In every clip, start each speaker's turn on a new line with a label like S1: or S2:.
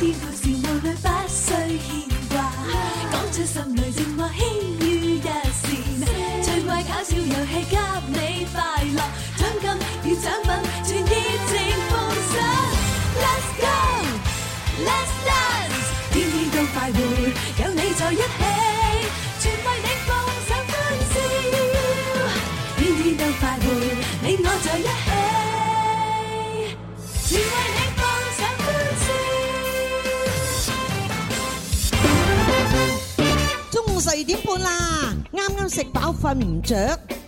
S1: 啲故事無慮不需牽掛，講出心裏情話輕於一線，趣怪搞笑遊戲給你快樂，獎金與獎品全熱情奉上，Let's go，Let's dance，天天都快活，有你在一起，全為你放上歡笑，天天都快活，你我在一起。全為你放上
S2: 中午十二點半啦，啱啱食飽瞓唔着，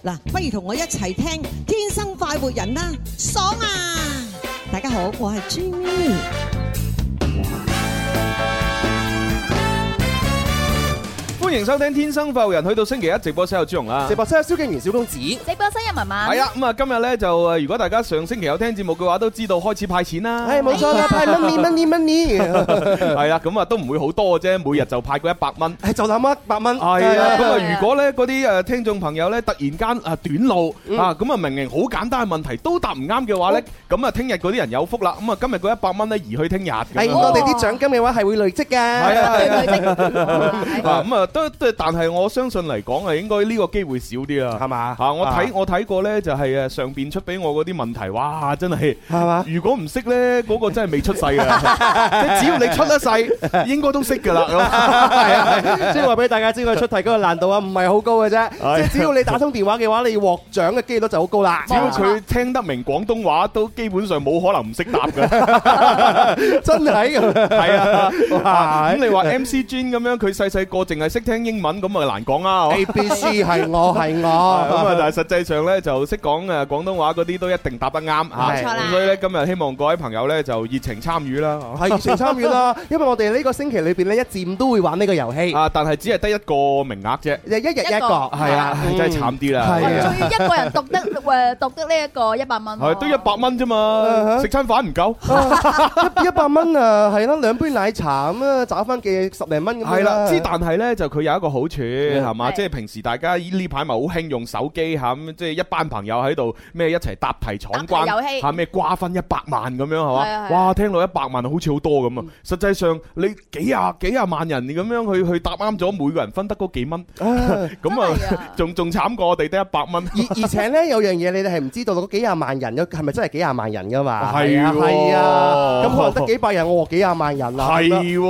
S2: 嗱，不如同我一齊聽《天生快活人》啦，爽啊！大家好，我係 Jimmy。
S3: 歡迎收聽《天生快活人》，去到星期一直播室有朱容啦，
S4: 直播室有蕭敬元、小公子。
S5: 直播室有文文，
S3: 係啊，咁啊今日咧就誒，如果大家上星期有聽節目嘅話，都知道開始派錢啦。
S4: 係冇錯啦，派 money money money，
S3: 係啦，咁啊都唔會好多啫，每日就派過一百蚊。
S4: 係就諗一百蚊。
S3: 係啊，咁
S5: 係
S3: 啊
S5: 啊
S3: 如果咧嗰啲誒聽眾朋友咧突然間啊短路
S4: 嗯
S3: 啊，咁啊明明好簡單嘅問題都答唔啱嘅話咧，咁啊聽日嗰啲人有福啦，咁啊今日嗰一百蚊咧移去聽日咁樣。
S4: 係我哋啲獎金嘅話係會累積嘅。係
S3: 啊
S5: 對對的
S3: 啊咁啊，都都，但係我相信嚟講啊，應該呢個機會少啲啦。
S4: 係嘛？
S3: 啊！我睇我睇過咧，就係誒上邊出俾我嗰啲問題，哇！真係，
S4: 係嘛？
S3: 如果唔識咧，嗰個真係未出世 噶。即只要你出得世，應該都識噶啦。
S4: 係啊， 即係話俾大家知，我出題嗰個難度啊，唔係好高嘅啫。
S3: 係
S4: 即係只要你打通電話嘅話，你獲獎嘅機率就好 高啦。
S3: 只要佢聽得明廣東話，都基本上冇可能唔識答㗎。
S4: 真 係
S3: 係啊，
S4: 哇
S3: 咁你話 MC Jin 咁樣，佢細細個淨係識聽英文，咁啊難 講啦。係嘛
S4: A B C 係我係
S3: 咁啊，
S4: 我。
S3: 但係實際上咧就識講誒廣東話嗰啲都一定答得啱嚇。
S4: 冇錯
S5: 啦
S3: 咁所以咧今日希望各位朋友咧就熱情參與啦。
S4: 係熱情參與啦，因為我哋呢個星期裏邊咧一至五都會玩呢個遊戲，
S3: 啊，但係只係得一個名額啫。
S4: 一日一個。
S3: 係啊，
S4: 嗯
S3: 真係慘啲啦。
S4: 係啊
S5: 仲要一個人讀得誒讀得呢一個一百蚊喎，
S3: 係都一百蚊啫
S4: 嗯
S3: 嘛，
S4: 哼
S3: 食餐飯唔夠。
S4: Uh-huh。一百蚊啊，係啦，兩杯奶茶咁啊，找翻嘅十零蚊咁樣
S3: 係啦，之但係咧就佢有一個好處係嘛，
S5: 係
S3: 即係平時大家呢排咪好興用手機嚇咁，即係一班朋友喺度咩一齊答題闖關
S5: 答題遊戲
S3: 嚇咩瓜分一百萬咁樣係
S5: 係
S3: 嘛
S5: 啊？係啊
S3: 哇，聽落一百萬好似好多
S4: Mm。
S3: 咁啊！實際上你幾廿幾廿萬人咁樣去去答啱咗，每個人分得嗰幾蚊，
S4: 啊
S3: 咁啊
S5: 真係啊
S3: 仲仲慘過我哋得一 百蚊。
S4: 而而且咧有樣嘢你哋係唔知道，嗰幾廿萬人有係咪真係幾廿萬人噶嘛？
S3: 係
S4: 啊，
S3: 喎
S4: 係啊，咁可能得幾百人，我獲幾廿萬人啦。
S3: 係
S4: 咁樣
S3: 喎，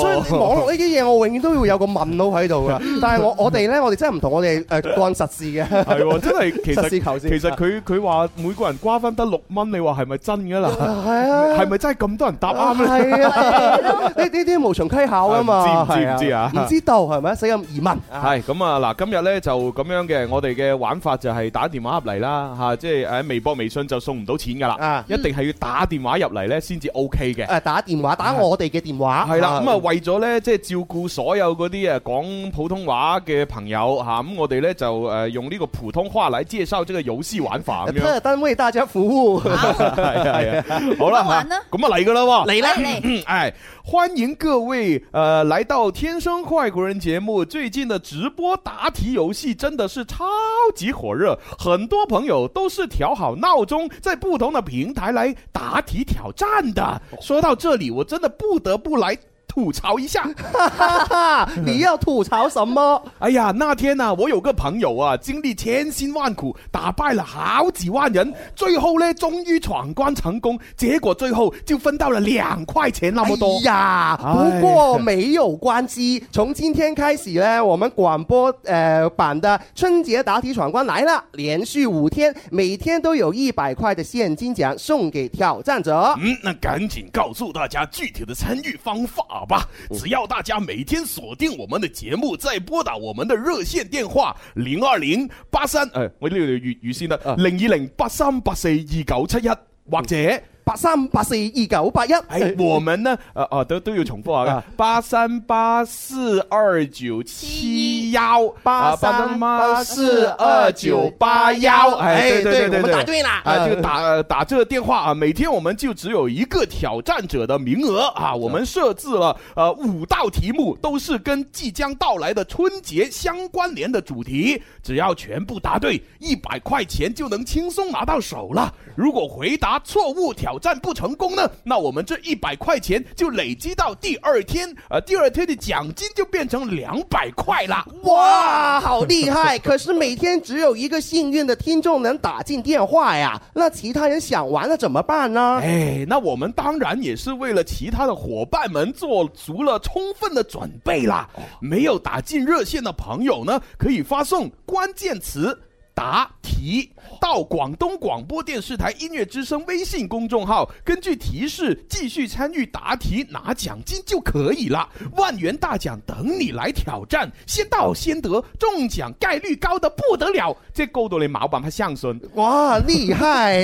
S4: 所以你網絡呢啲嘢，我永遠都會有個問號喺 度噶。但係我我哋咧，我哋真係唔同，我哋誒幹實 事嘅，
S3: 係喎，真係其
S4: 實
S3: 實
S4: 事求是。
S3: 其實佢佢話每個人瓜分得六蚊，你話係咪真㗎啦？
S4: 係啊，
S3: 係咪真係咁多人答啱咧？
S4: 係啊，呢呢啲無從稽考啊嘛。
S3: 唔知唔知唔知啊
S4: 係唔知道係咪？死咁疑問。
S3: 係咁啊！嗱，今日咧就咁樣嘅，我哋嘅玩法就係打電話入嚟啦，嚇，即係喺微博、微信就送唔到錢噶啦
S4: 啊，
S3: 一定係要打電話入嚟咧先至 OK 嘅。
S4: 誒打電話打我哋嘅電話。
S3: 係啦，啊咁啊為咗咧即係照顧所有嗰啲誒講普通話嘅朋友嚇，咁我哋咧就誒用呢個普通話嚟介紹這個遊戲玩法咁樣。
S4: 呃特登為大家服 務。
S3: 係啊係啊，好啦
S5: 咁玩啦
S3: 嚇咁啊嚟噶啦喎！
S5: 嚟啦嚟，
S3: 哎，欢迎各位呃来到《天生快活人》节目。最近的直播答题游戏真的是超级火热，很多朋友都是调好闹钟，在不同的平台来答题挑战的。说到这里，我真的不得不来。吐槽一下，
S4: 哈 哈，你要吐槽什么？
S3: 哎呀，那天呢、我有个朋友啊，经历千辛万苦，打败了好几万人，最后呢，终于闯关成功，结果最后就分到了两块钱那么多。
S4: 哎呀，
S3: 哎
S4: 不过没有关系，从今天开始呢，我们广播呃版的春节答题闯关来了，连续五天，每天都有一百块的现金奖送给挑战者。
S3: 嗯，那赶紧告诉大家具体的参与方法吧。只要大家每天锁定我们的节目，再拨打我们的热线电话零二零八三，
S4: 哎
S3: 诶，我呢度粤语先啦，零二零八三八四二九七一，或者诶、
S4: 嗯八三八四二九八一，
S3: 哎我啊
S4: 啊
S3: 们呢，呃呃，都都要重复啊，八三八四二九七幺
S4: 八
S3: 三
S4: 三
S3: 八
S4: 八
S3: 四
S4: 四
S3: 二
S4: 二
S3: 九
S4: 九
S3: 八
S4: 八
S3: 幺，
S4: 幺
S3: 哎，对对对
S4: 我们答
S3: 对。
S4: 对啦！
S3: 啊，这个打打这个电话啊，每天我们就只有一个挑战者的名额啊，我们设置了呃五道题目，都是跟即将到来的春节相关联的主题，只要全部答对，一百块钱就能轻松拿到手了。如果回答错误，挑战不成功呢，那我们这一百块钱就累积到第二天，呃，第二天的奖金就变成两百块啦。
S4: 哇，好厉害！可是每天只有一个幸运的听众能打进电话呀，那其他人想玩了怎么办呢？
S3: 哎，那我们当然也是为了其他的伙伴们做足了充分的准备啦。没有打进热线的朋友呢，可以发送关键词。答题到广东广播电视台音乐之声微信公众号，根据提示继续参与答题拿奖金就可以了。万元大奖等你来挑战，先到先得，中奖概率高的不得了。这高到你冇办法相信。
S4: 哇，厉害！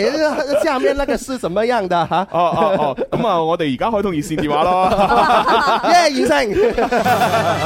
S4: 下面那个是什么 样的哈？
S3: 哦哦哦，咁啊，我哋而家开通热线电话咯。
S4: 耶，袁生！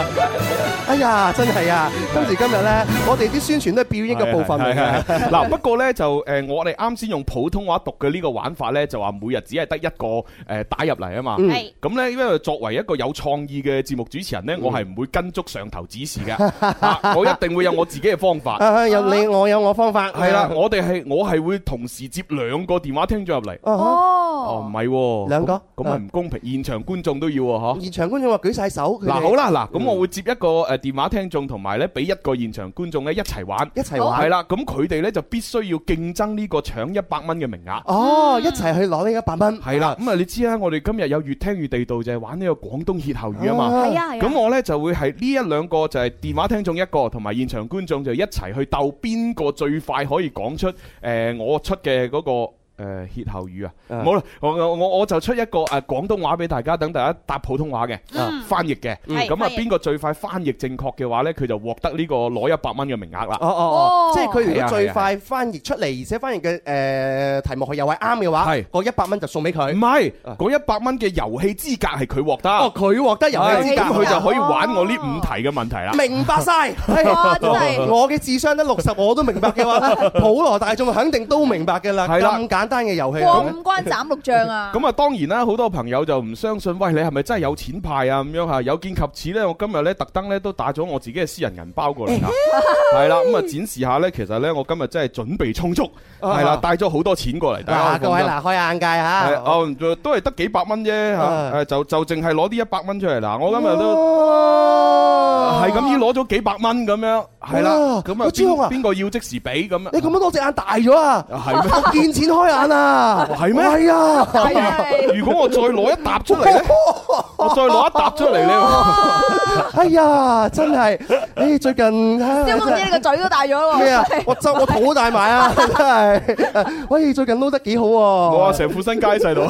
S4: 哎呀，真係啊！今時今日咧，我哋啲宣傳都係表演嘅部分
S3: 係
S4: 嚟
S3: 係
S4: 嘅。
S3: 係嗱，不過咧就誒，我哋啱先用普通話讀嘅呢個玩法咧，就話每日只係得一個誒打入嚟啊嘛。
S4: 嗯
S5: 係
S3: 咁咧，因為作為一個有創意嘅節目主持人咧，我係唔會跟足上頭指示嘅， 啊我一定會有我自己嘅方法。
S4: 啊，有你我有我方法。
S3: 係啦，我哋係我係會同時接兩個電話聽咗入嚟。
S4: 哦，嗯
S3: 哦，唔
S5: 哦，
S3: 係喎，
S4: 兩個
S3: 咁咁咪唔公平，現場觀眾都要喎，嗬。
S4: 現場觀眾話舉晒手，佢哋
S3: 嗱，好啦，嗱，咁我會接一呃個誒電話聽眾，同埋咧俾一個現場觀眾咧一齊玩。
S4: 一齊
S3: 哦
S4: 玩。
S3: 系啦，咁佢哋咧就必須要競爭呢個搶一百蚊嘅名額。
S4: 哦，一齊去攞呢一百蚊。
S3: 係啦，咁啊你知啦，我哋今日有越聽越地道就係玩呢個廣東歇後語啊嘛。
S4: 啊
S5: 係啊係
S3: 咁
S5: 啊，
S3: 我呢就會係呢一兩個就係電話聽眾一個，同埋現場觀眾就一齊去鬥邊個最快可以講出诶、呃我出嘅嗰、個个。呃歇後語啊，
S4: 啊
S3: 冇啦，我我我我就出一個誒廣東話俾大家，等大家答普通話嘅啊
S5: 嗯
S3: 翻譯嘅，
S5: 嗯
S3: 咁啊
S5: 係翻譯
S3: 邊個最快翻譯正確嘅話呢，佢就獲得呢個攞一百蚊嘅名額啦。
S4: 哦哦哦
S5: 哦，
S4: 即係佢如
S3: 啊係啊
S4: 果最快翻譯出嚟，而且翻譯嘅誒題目佢又係啱嘅話，
S3: 係嗯
S4: 嗰一百蚊就送俾
S3: 唔
S4: 佢。
S3: 係，
S4: 啊
S3: 嗰一百蚊嘅遊戲資格係佢獲得，
S4: 哦，佢獲得遊
S3: 係
S4: 戲
S5: 資
S4: 資
S5: 格
S3: 咁
S4: 格，哦
S3: 佢就可以玩我呢五題嘅問題啦。
S4: 明白 晒。
S3: 啊
S5: 哇真係
S4: 我嘅智商得六十，我都明白嘅話， 普羅大眾肯定都明白嘅啦。
S3: 係啦
S4: 咁簡單嘅遊戲。
S5: 過五關斬六將啊！
S3: 咁啊，當然啦，好多朋友就唔相信，喂，你係咪真係有錢派啊？咁樣嚇，有見及此呢，我今日呢特登呢都打咗我自己嘅私人銀包過 嚟啦，啊係啦，咁啊展示下呢，其實呢，我今日真係準備充足，係啦，
S4: 啊
S3: 帶咗好多錢過嚟，大家
S4: 嗱，啊各
S3: 放
S4: 位
S3: 心。
S4: 嗱，開眼界
S3: 係
S4: 嚇。
S3: 哦，都係得幾百蚊啫嚇，
S4: 啊哦
S3: 誒就就淨係攞啲一百蚊出嚟嗱，我今日都
S4: 哇
S3: 啊係咁依攞咗幾百蚊咁樣，係啦，
S4: 哦哇
S3: 咁啊
S4: 我知道
S3: 邊
S4: 啊
S3: 邊個要即時俾咁啊？
S4: 你咁樣多隻眼大 咗啊！
S3: 係咩？
S4: 我見錢開眼啊！
S3: 哦係咩
S4: 係啊！
S5: 係啊 係
S3: 如果我再攞一沓出嚟咧，我再攞一沓出嚟 咧，
S4: 哎呀，真係，誒最近啊
S5: 蕭公子你個嘴都大咗喎！
S4: 咩啊？我就我肚都大埋啊！真係，喂，最近撈得幾好
S3: 我啊話
S4: 喎！
S3: 成副身家喺 晒度。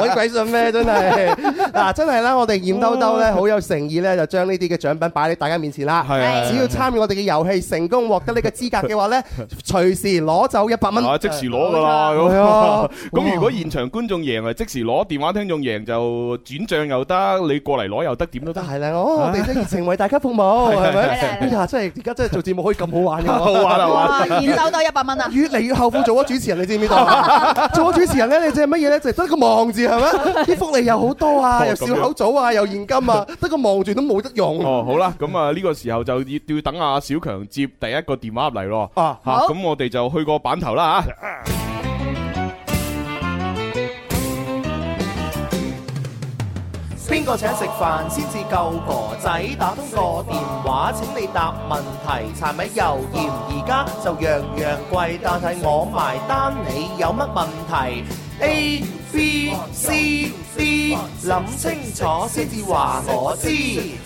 S4: 鬼鬼信咩？真係嗱，真係啦！我哋驗兜兜咧，好有誠意咧，就將呢啲嘅獎品擺喺大家面前
S3: 哦
S4: 啦。
S3: 係啊
S4: 只要參與我哋嘅遊戲，成功獲得呢個資格嘅 話咧，隨時攞走一百蚊。
S3: 啊！即時攞噶啦，咁
S4: 係啊
S3: 咁
S4: 哇
S3: 如果現場觀眾贏啊，即時攞；電話聽眾贏就轉帳又得，你過嚟攞又得，點都得。
S4: 係啦，哦我
S3: 啊
S4: 哋都熱情為大家服 務，係咪？
S5: 係係係
S4: 哎呀，真係而家真係做節目可以 咁好玩嘅
S3: 好
S4: 喎。
S3: 玩啊！玩
S5: 哇，現收多一百蚊啊！
S4: 越嚟越後悔做咗主持人，你知唔 知道？做咗主持人咧，你只係乜嘢咧？就係得個望字係 咪？啲福利又好多啊，
S3: 哦
S4: 又笑口組啊，又現金 啊，得個望住都冇得 用
S3: 哦，好啦，咁啊呢個時候就要要等阿小強接第一個電話入嚟咯。
S4: 啊！
S3: 吓，
S5: 好
S3: 咁我哋就去個版頭啦吓。
S6: 邊個請食飯先至夠哥仔？打通個電話請你答問題，柴米油鹽而家就樣樣貴，但係我埋單，你有乜問題？A B C D，諗清楚先至話我知。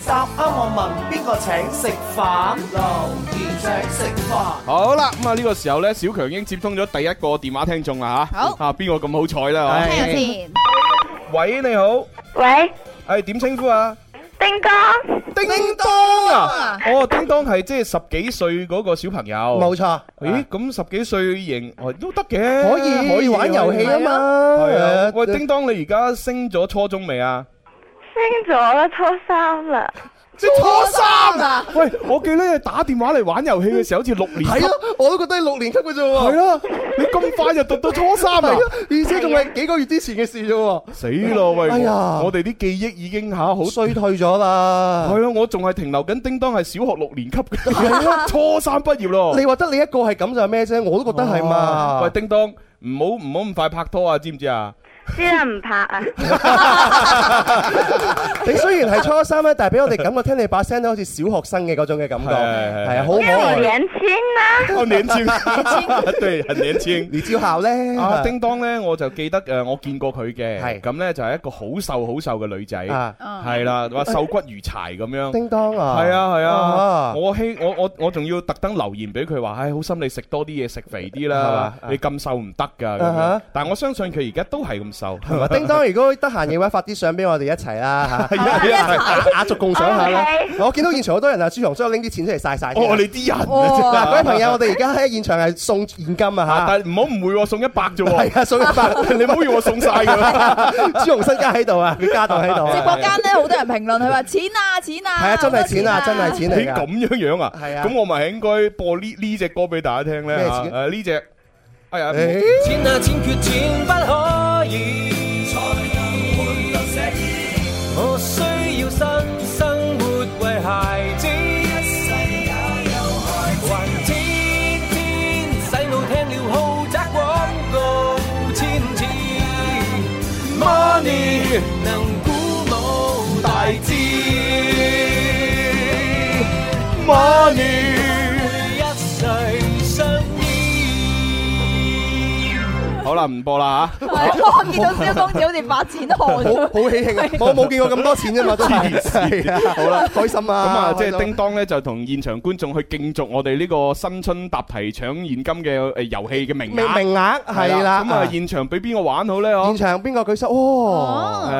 S6: 答啱我問邊個請食飯？留言請食飯。
S3: 好啦，咁啊呢個時候呢，小強已經接通咗第一個電話聽眾啦吓。
S5: 好
S3: 啊邊個咁好彩啦？
S5: 聽
S3: 啊
S5: 下先，
S3: 喂，你好，
S7: 喂，
S3: 係點稱呼啊？
S7: 丁哥，
S3: 叮當啊！哦，叮當係即係十幾歲嗰個小朋友。
S4: 冇。錯，
S3: 咦，咁十幾歲型哦都得嘅，
S4: 可以可以玩遊戲啊。嘛
S3: 係啊，。喂，
S4: 誒
S3: 叮當，你而家升咗初中未啊？
S7: 升咗啦，初三啦，
S4: 即係初三啊！
S3: 喂，我記得你打電話嚟玩遊戲嘅時候，好似六年級。
S4: 係啊，我都覺得係六年級嘅啫
S3: 係
S4: 喎。
S3: 啦，你咁快就讀到初三
S4: 係
S3: 啊！
S4: 啊，而且仲係幾個月之前嘅事啫喎。
S3: 死咯喂！
S4: 哎呀
S3: 我哋啲記憶已經嚇好
S4: 衰退咗啦。
S3: 係啊，我仲係停留緊叮當係小學六年級 嘅，初三畢業咯。
S4: 你話得你一個係咁就係咩啫？我都覺得係嘛。
S3: 喂，叮當，唔好唔好咁快拍拖啊，知唔知 啊？
S7: 知啦，唔 拍啊，
S4: 你雖 然係初三咧，但係俾我哋感覺聽你把聲都好似小學生嘅嗰種嘅感覺，
S3: 係係係
S4: 係啊，好可
S7: 因为我
S4: 愛。
S7: 年轻啊啦、
S3: 我年輕， 對，很年輕。
S4: 你招校咧，
S3: 啊，叮當咧，我就記得誒，我見過佢嘅，
S4: 係
S3: 咁咧就係一個好瘦好瘦嘅女仔，
S4: 啊
S3: 係啦，話瘦骨如柴咁樣。
S4: 叮當啊，
S3: 係啊係啊，
S4: 啊
S3: 我希我我我仲要特登留言俾佢話，唉，好心你食多啲嘢，食肥啲啦
S4: 係，嘛
S3: 你咁瘦唔得㗎。咁樣
S4: 啊哈
S3: 但係我相信佢而家都係咁瘦。
S4: 係嘛叮當，如果得閒嘅話，發啲相俾我哋一齊 啦嚇，
S3: 係啊係啊係啊
S4: 雅雅俗共賞下啦
S7: OK。
S4: 我見到現場好多人啊，朱紅將拎啲錢出嚟晒晒。
S3: 哦，你啲人啊真
S4: 嗱，
S3: 係
S4: 各位朋友，我哋而家喺現場係送現金
S3: 啊
S4: 啊
S3: 但係唔好誤會喎，送一百啫
S4: 嚇，
S3: 喎，
S4: 係啊，送一 百，
S3: 你唔好以為我送晒㗎。
S4: 朱紅身家喺度啊，佢家當喺度
S5: 直
S4: 啊，
S5: 播間咧，好多人評論佢話錢啊錢啊，
S4: 係啊，真係錢啊，
S5: 好多
S4: 真係錢
S3: 咦
S4: 嚟
S3: 咁
S4: 㗎，
S3: 樣樣啊？
S4: 係啊
S3: 咁我咪應該播呢呢只歌俾大家聽咧
S4: 咩
S3: 嚇
S4: 詞
S3: 誒呢只，哎呀，
S4: 誒
S8: 錢啊錢缺錢不可以，才能換到寫意。我需要新生活為孩子，一世也有開始。還天天洗腦聽了豪宅廣告千次，Money 能鼓舞大志。Money 一世相依。
S3: 好啦，啊唔播啦嚇。
S5: 係我見到蕭公子好似發展汗
S4: 好
S5: 咁。
S4: 好喜 慶啊！我冇見過咁多錢啫嘛，都係係啊，好啦，開心啊！
S3: 咁啊，即係
S4: 開心
S3: 叮當咧，就同現場觀眾去競逐我哋呢個新春答題搶現金嘅誒遊戲嘅名
S4: 名
S3: 額。
S4: 名額係啦，
S3: 咁啊，現場俾邊個玩好咧？
S4: 現
S3: 嗬？
S4: 場邊個舉手？哦，
S3: 誒，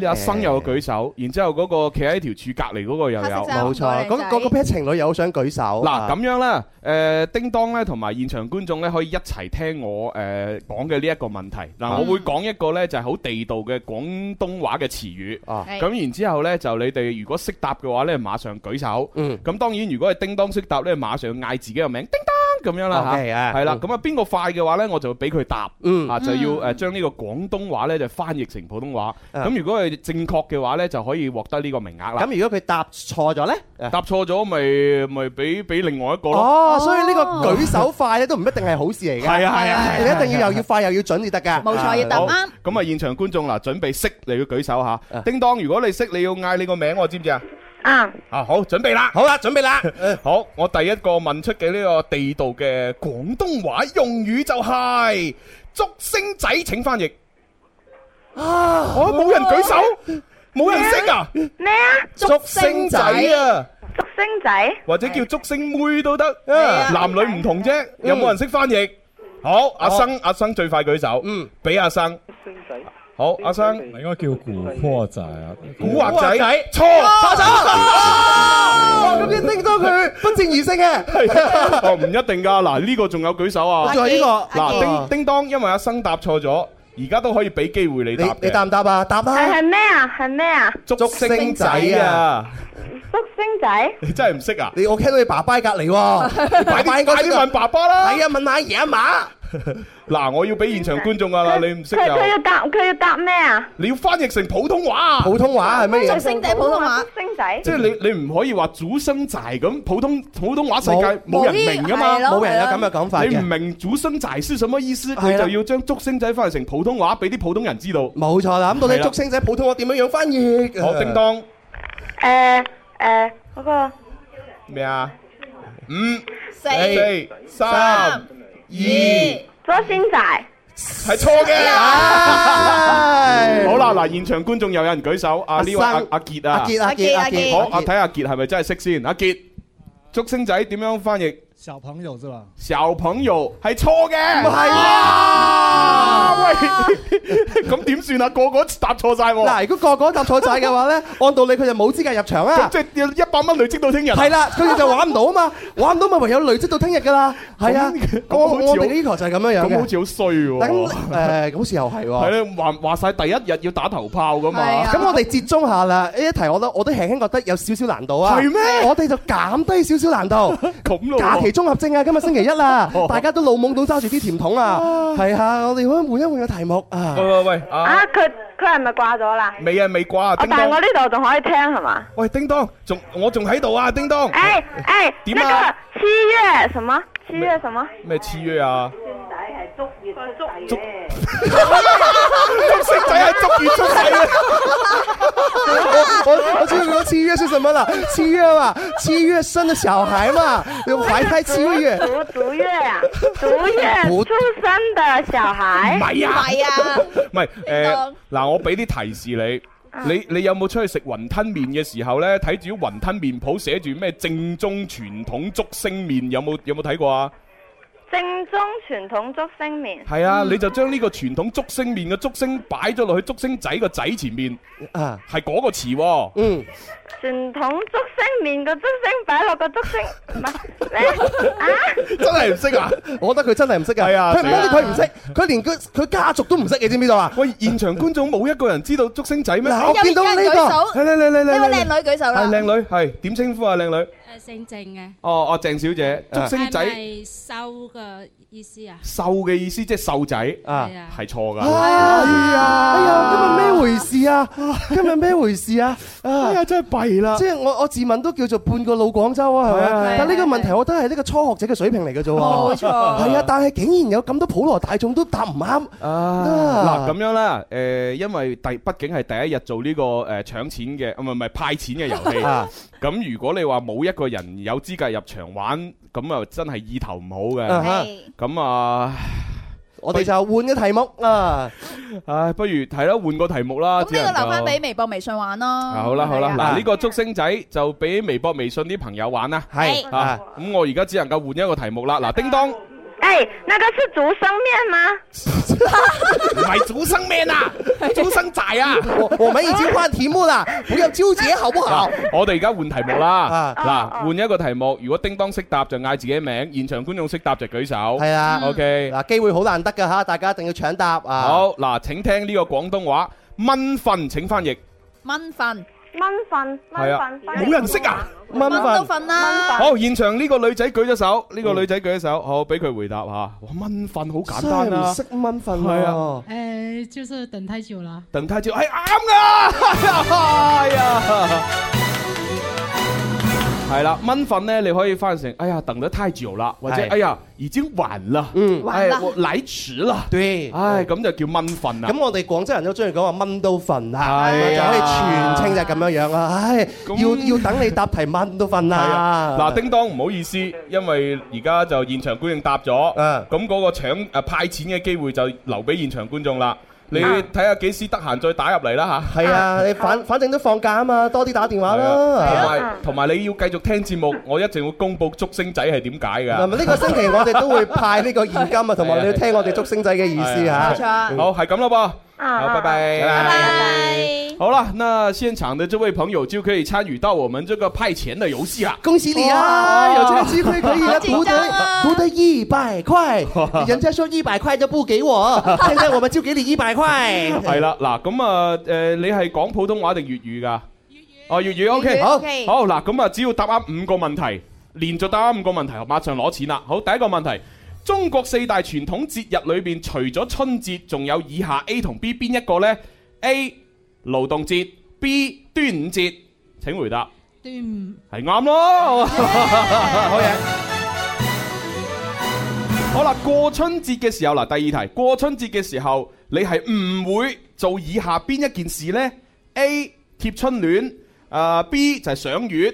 S3: 呢阿生有個舉手，然之後嗰個企喺條柱隔離嗰個又
S5: 黑色
S3: 有。
S5: 衫
S4: 冇錯，
S5: 我
S4: 嗰
S5: 哋
S4: 嗰嗰 pair 情侶又好啊想舉手。
S3: 嗱咁樣啦，誒、叮當咧同埋現場觀眾咧可以一齊聽我誒講嘅呢一個問題。嗱、我會講一個咧就係好地道嘅廣東話嘅詞語。
S4: 啊，
S5: 係
S3: 咁然之後咧就你哋如果識答嘅話咧，馬上舉手。
S4: 嗯，
S3: 咁當然如果係叮當識答咧，馬上嗌自己個名叮當咁樣啦嚇。
S4: OK 啊
S3: 係啦，
S4: 嗯
S3: 咁啊邊個快嘅話咧，我就俾佢答。
S4: 嗯
S3: 啊就要誒將呢個廣東話咧就翻譯成普通話。
S4: 啊
S3: 咁如果係正確嘅話咧，就可以獲得呢個名額啦。
S4: 咁如果佢答錯咗咧？
S3: 答錯咗咪咪俾俾另外一個咯。
S4: 哦，所以呢個舉手快咧都唔一定係好事嚟嘅。
S3: 係啊係啊係啊
S4: 你一定要又要快又要準至得㗎。
S5: 冇錯，要答啱。
S3: 咁啊，現場觀眾嗱，準備識你要舉手吓。
S4: 啊
S3: 叮當，如果你識，你要嗌你個名，我知唔知啊？
S7: 啊，
S3: 啊，好，準備啦。
S4: 好啦，準備啦。
S3: 好，我第一個問出嘅呢個地道嘅廣東話用語就係竹升仔，請翻譯。
S4: 啊，
S3: 我冇人舉手，冇人識啊！
S7: 咩啊，
S3: 竹升仔啊，
S7: 竹星仔，
S3: 或者叫竹升妹都得，
S5: 啊
S3: 男女唔同啫。有冇人識翻譯？好，阿生，阿生最快舉手。
S4: 嗯，
S3: 俾阿生。好，阿生。
S9: 應該叫古惑仔啊！
S3: 古惑
S4: 古惑
S3: 仔
S4: 仔
S3: 錯，
S4: 拍手。哦，咁你叮當佢不戰而勝嘅。
S3: 哦唔一定噶，嗱呢個仲有舉手啊，
S4: 仲有呢個
S3: 嗱叮叮當，因為阿生答錯咗，而家都可以俾機會你答
S4: 你你答
S3: 嘅，
S4: 唔答啊？答啦
S7: 系。系咩啊，系咩啊，
S3: 竹
S4: 星仔啊，
S7: 竹星仔，
S3: 你真係唔識啊，
S4: 你我聽到你爸爸喺隔離 喎，你
S3: 快
S4: 爸爸
S3: 啲
S4: 應該
S3: 快
S4: 識
S3: 啲
S4: 啊
S3: 問爸爸啦，
S4: 係啊，問下爺阿嫲。
S3: 嗱我要俾現場觀眾啊啦，你唔識
S7: 佢佢
S3: 就
S7: 要答佢要答咩啊，
S3: 你要翻譯成普通話啊，
S4: 普通話係乜
S5: 竹
S4: 嘢？
S5: 升定係普通話？
S7: 竹星仔
S3: 即，係你你唔可以話祖生仔咁，普通普通話世界冇人明噶
S5: 冇呢係
S3: 嘛。
S5: 咯
S4: 冇人有咁嘅講法
S3: 你唔
S4: 嘅。
S3: 明祖生仔是什麼意思，
S4: 係
S3: 你
S4: 啦
S3: 就要將竹星仔翻譯成普通話，俾啲普通人知道。
S4: 冇錯啦，咁到底
S3: 係啦
S4: 竹星仔普通話點樣樣翻譯？
S3: 好，叮當
S7: 诶诶嗰个
S3: 咩啊？五。
S5: 四
S3: 四、三、二，係
S7: 竹星仔，
S3: 錯嘅。
S4: À. 唉
S3: 好啦，嗱，現場觀眾又有人舉手，啊
S4: 阿
S3: 呢位阿
S4: 生
S3: 阿傑
S4: 阿
S3: 啊，
S4: 傑阿
S5: 阿傑
S4: 傑阿
S5: 阿傑
S4: 傑，
S3: 好，啊
S4: 阿
S3: 睇下阿傑係咪真係識先？阿傑，竹星仔點樣翻譯？
S9: 小朋友是吧？
S3: 小朋友係錯嘅，
S4: 唔係啊！
S3: 啊喂，
S5: 啊！
S3: 咁點算啊？個個答錯晒喎，
S4: 嗱，如果個個答錯晒 嘅話咧，按道理佢就冇資格入場啦
S3: 咁。即係要一百蚊累積到聽日啊。
S4: 係啦，佢哋就玩唔到啊嘛，玩唔到咪唯有累積到聽日噶啦。係啊
S3: 咁，咁
S4: 我
S3: 好似
S4: 我
S3: 好
S4: 哋嘅要求就係咁樣樣
S3: 咁好
S4: 嘅。
S3: 似好衰
S4: 咁
S3: 喎。
S4: 誒，好似又係
S3: 係
S4: 喎。
S3: 咧，話話晒第一日要打頭炮噶
S5: 係
S3: 嘛。
S5: 啊
S4: 咁我哋折中下啦，呢一題我都我都輕輕覺得有少少難度啊。
S3: 係咩
S4: 我哋就減低少少 難度。
S3: 咁咯喎，
S4: 假期綜合症啊，今日星期一啦
S3: 哦，
S4: 大家都老懵懂揸住啲甜筒啊，係啊，我哋可以換一換個題目啊
S9: 喂。
S3: 哦
S9: 喂喂，啊，
S7: 啊，佢佢係咪掛咗啦？
S3: 未啊未掛啊，
S7: 我
S3: 叮
S7: 但係我
S3: 當。
S7: 呢度仲可以聽係嘛？
S3: 喂，叮當，仲我仲喺度啊，叮當。
S7: 哎哎，
S3: 點
S7: 那
S3: 啊
S7: 個七月什麼？七月什麼？
S3: 咩契約啊？
S7: 祝
S3: 捉色仔係捉魚捉仔啊！
S4: 我我我知道佢講七月是什麼啦，七月嘛，七月生的小孩嘛，又懷胎七個月。
S7: 讀讀月啊，讀月
S4: 不
S7: 出生的小
S3: 唔
S7: 孩，
S3: 係啊，
S5: 係啊，
S3: 唔係誒
S5: 當
S3: 嗱，我俾啲提示你，你你有冇出去食雲吞麵嘅時候咧，睇住啲雲吞麵鋪寫住咩正宗傳統竹升麵，有冇有冇睇過啊？
S7: 正宗傳統竹升麵。
S3: 係啊，你就將呢個傳統竹升麵嘅竹升擺咗落去竹升仔個仔前面，
S4: 啊，
S3: 係嗰個詞喎。
S4: 嗯，
S7: 傳統竹升麵個竹升擺落個竹升，唔係你啊？
S3: 真係唔識啊！
S4: 我覺得佢真係唔識噶，
S3: 係啊
S4: 佢
S3: 死
S4: 唔
S3: 啦
S4: 單止佢唔識，佢連佢佢家族都唔識，你知唔知道啊？
S3: 喂，現場觀眾冇一個人知道竹升仔咩？哦
S4: 嗱，我
S5: 有
S4: 見到呢
S5: 人舉手
S4: 個，嚟嚟嚟
S5: 呢位
S4: 嚟
S5: 靚
S4: 嚟，
S5: 女舉手
S3: 係靚
S5: 啦，
S3: 女，係點稱呼啊？靚女，
S10: 誒姓鄭嘅，
S3: 哦哦，鄭小姐，竹升
S10: 係
S3: 仔
S10: 咪瘦嘅意思啊？
S3: 瘦嘅意思即係瘦仔，
S4: 啊
S10: 係啊，
S3: 係錯㗎。
S4: 哎呀，哎呀，今日咩回事 啊？今日咩回事啊？啊！
S3: 哎呀，真係弊啦
S4: 即係我我自問都叫做半個老廣州啊，係
S3: 係啊係啊
S4: 咪？但呢個問題，我覺得係呢個初學者嘅水平嚟嘅啫喎。
S5: 冇錯
S4: 係啊，但係竟然有咁多普羅大眾都答唔啱。
S3: 啊！嗱咁樣啦，誒，因為第畢竟係第一日做呢個誒搶錢嘅，啊唔係唔係派錢嘅遊戲。
S4: 啊
S3: 咁如果你話冇一個人有資格入場玩，咁啊真係意頭唔好
S4: 啊
S3: 嘅。
S4: 嚇
S5: 係
S3: 咁啊，
S4: 我哋就換個題目啊！
S3: 唉，不如係啦，換個題目啦。
S5: 咁呢個留翻俾
S3: 只能夠。
S5: 微博、微信玩
S3: 啊
S5: 啦。
S3: 好啦好啦，
S5: 係啊
S3: 嗱呢個竹升仔就俾微博、微信啲朋友玩啦。
S4: 係
S3: 啊
S4: 啊，，
S3: 咁我而家只能夠換一個題目啦。嗱，叮當 唔
S7: 哎，那個是竹升麵嗎？
S3: 係早生咩 啊，早生仔啊！
S4: 我我們已經換題目 啦，不要糾結好不
S3: 哦
S4: 好？
S3: 嗱，我哋而家換題目啦
S4: 啊。
S3: 嗱，換一個題目，如果叮當識答就嗌自己名，現場觀眾識答就舉手。嗯
S4: 係啊，
S3: OK，
S4: 嗱機會好難得㗎嚇，大家一定要搶答啊！
S3: 好嗱，請聽呢個廣東話蚊瞓，請翻譯。
S5: 蚊瞓，
S7: 蚊瞓，蚊
S3: 係啊
S7: 瞓，
S3: 冇人識啊，
S4: 蚊
S5: 蚊都
S4: 瞓，
S5: 瞓
S7: 蚊
S5: 啦。
S7: 瞓。
S3: 好，現場呢個女仔舉咗手，呢個女仔舉咗手，好，俾佢回答吓。哇，蚊瞓好簡單啊
S4: 真啊係唔
S3: 啦。
S4: 識蚊瞓
S3: 係
S4: 喎
S3: 啊。
S10: 誒，就是等太久啦。
S3: 鄧太照係啱 噶，哎呀，係啦，蚊瞓咧，你可以翻成，哎呀，等得太久啦，或者
S4: 係
S3: 哎呀，已經晚啦，
S4: 嗯
S3: 哎
S5: 晚啦
S3: 我來遲啦，
S4: 對
S3: 唉，咁就叫蚊瞓啦
S4: 咁。我哋廣州人都中意講話蚊都瞓啦，就可
S3: 係啊
S4: 以全稱就係咁樣樣啦。唉，
S3: 咁
S4: 要要等你答題蚊都瞓
S3: 係
S4: 啦
S3: 啊。嗱，叮當唔好意思，因為而家就現場觀眾答咗，
S4: 嗯
S3: 咁嗰個搶誒派錢嘅機會就留俾現場觀眾啦。你睇下幾時得閒再打入嚟啦嚇。
S4: 係啊，你反反正都放假啊嘛，多啲打電話
S3: 啊
S4: 啦。
S3: 同埋同埋你要繼續聽節目，我一定會公佈竹星仔係點解㗎。
S4: 嗱，呢個星期我哋都會派呢個現金啊，同埋你要聽我哋竹星仔嘅意思啊嚇
S5: 冇。錯，
S3: 好，係咁了吧？
S7: 嗯
S3: 好，拜拜，
S4: 拜拜
S5: 拜。
S3: 好了，那现场的这位朋友就可以参与到我们这个派钱的游戏啊。
S4: 恭喜你啊！
S3: 哇
S4: 有这个机会可以来
S5: 紧
S4: 读
S5: 张
S4: 得
S5: 啊
S4: 读得一百块， 人家说一百块就不给我， 现在我们就给你一百块。
S3: 系啦，嗱，咁啊，诶，你係講普通話定粵語㗎？哦，粵語，OK，好，
S5: OK
S3: 好，嗱，咁啊，只要答啱五個問題，連續答啱五個問題，馬上攞錢啦。好，第一個問題，中國四大傳統節日裏邊，除咗春節，仲有以下 A 同 B 邊一個呢 a 勞動節，B 端午節，請回答。
S10: 端午
S3: 係啱咯，好嘢。好啦，過春節嘅時候嗱，第二題，過春節嘅時候，你係唔會做以下邊一件事呢 a 貼春聯，誒、B 就係賞月，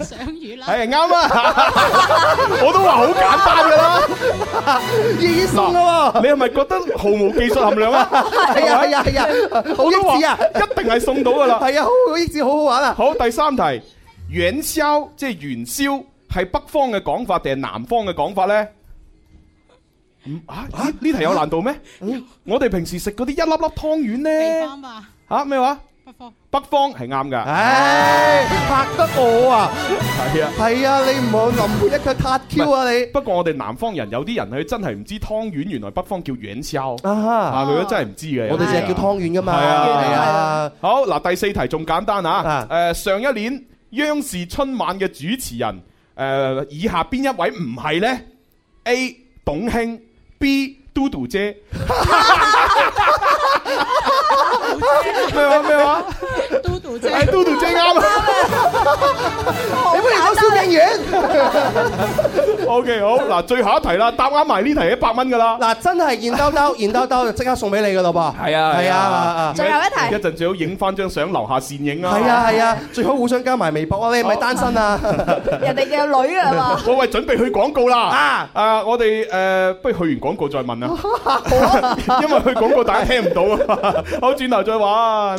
S10: 上魚啦，
S3: 係啱啊！我都話好簡單㗎啦，
S4: 意思咯
S3: 你係咪覺得毫無技術含量啊？
S4: 喎，係啊係啊係啊，好
S3: 我都話
S4: 益智啊，
S3: 一定係送到㗎啦。
S4: 係啊，好好益智，好好玩啊！
S3: 好，第三題，元宵即係元宵，係北方嘅講法定係南方嘅講法呢？唔啊呢呢題有難度
S4: 啊
S3: 咩？
S4: 哎
S3: 我哋平時食嗰啲一粒粒湯圓
S10: 地
S3: 呢，
S10: 方吧，
S3: 嚇咩話？
S10: 北方。
S3: 北方係啱㗎。
S4: 啊唉，拍得我啊！
S3: 係啊。
S4: 係啊，你唔好臨一腳踏 Q 啊你！
S3: 不過我哋南方人有啲人佢真係唔知湯圓原來北方叫元宵，
S4: 啊哈
S3: 啊佢都真係唔知嘅。
S4: 我哋成日叫湯圓噶嘛，
S3: 係啊
S4: 係啊，
S3: 好嗱，第四題仲簡單啊
S4: 啊！
S3: 誒，上一年央視春晚嘅主持人，誒以下邊一位唔係呢 a 董卿，B 嘟嘟姐，咩話咩 話？
S10: 嘟嘟姐，
S3: 係嘟嘟姐啱啊
S4: 你不如講蕭敬遠
S3: ！OK 好嗱，最後一題啦，答啱埋呢題一百蚊噶啦。
S4: 嗱，真係現兜兜， 現兜兜就即刻送俾你噶咯噃，
S3: 係啊
S4: 係啊啊，
S5: 最後一題
S3: 一陣最好影翻張相留下倩影啊。
S4: 係啊係啊，最好互相加埋微博啊，你係咪單身 啊？
S5: 人哋有女噶嘛，
S3: 喂喂，準備去廣告啦！
S4: 啊
S3: 啊，我哋誒，不如去完廣告再問 啊， 因為去廣告大家聽唔到啊 嘛。好，轉頭再玩。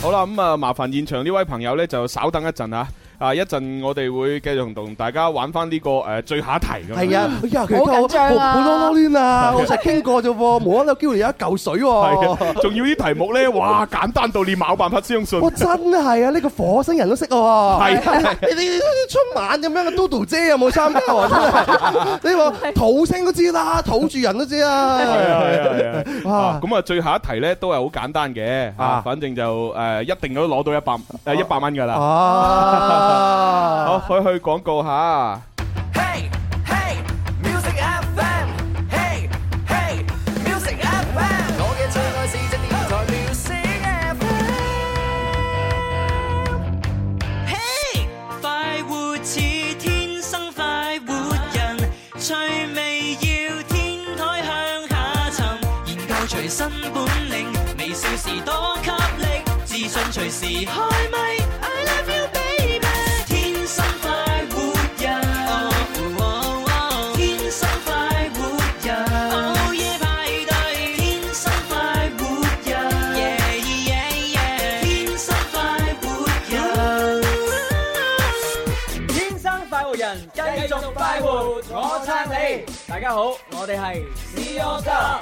S3: 好啦，咁啊，麻煩現場呢位朋友呢，就稍等一陣啊。啊！一陣我哋會繼續同大家玩翻呢個誒最下一題咁樣。
S4: 係啊，哎呀，佢
S5: 好
S4: 好
S5: 緊張啊
S4: 好囉囉攣啊，我就傾過啫喎，冇得叫你有一嚿水喎。
S3: 係啊，仲要啲題目呢，哇！簡單到你冇辦法相信。
S4: 我真係啊！呢個火星人都識喎，
S3: 係啊
S4: 你你你春晚咁樣嘅 Dodo 姐有冇參加 啊？真係，呢個土星都知啦，土著人都知
S3: 係啊
S4: 啦。
S3: 係啊係啊！
S4: 哎哇
S3: 啊咁啊，最後一題咧都係好簡單嘅，啊，反正就誒一定都攞到一百呃誒一百蚊㗎啦。好，
S4: 啊，
S3: 去去廣告下。
S8: Hey, hey, music FM. Hey, hey, music FM. 我嘅最愛是只電台 music FM。Hey，快活似天生快活人，趣味要天台向下沉，研究隨身本領，微笑時多給力，自信隨時開咪。I love you baby，天生快活人。哦哦哦天生快活人，午夜派對，天生快活人，yeah yeah yeah，天生快活人，天生快活人，繼續快活，我撐你。大家好，我哋係 C O Star。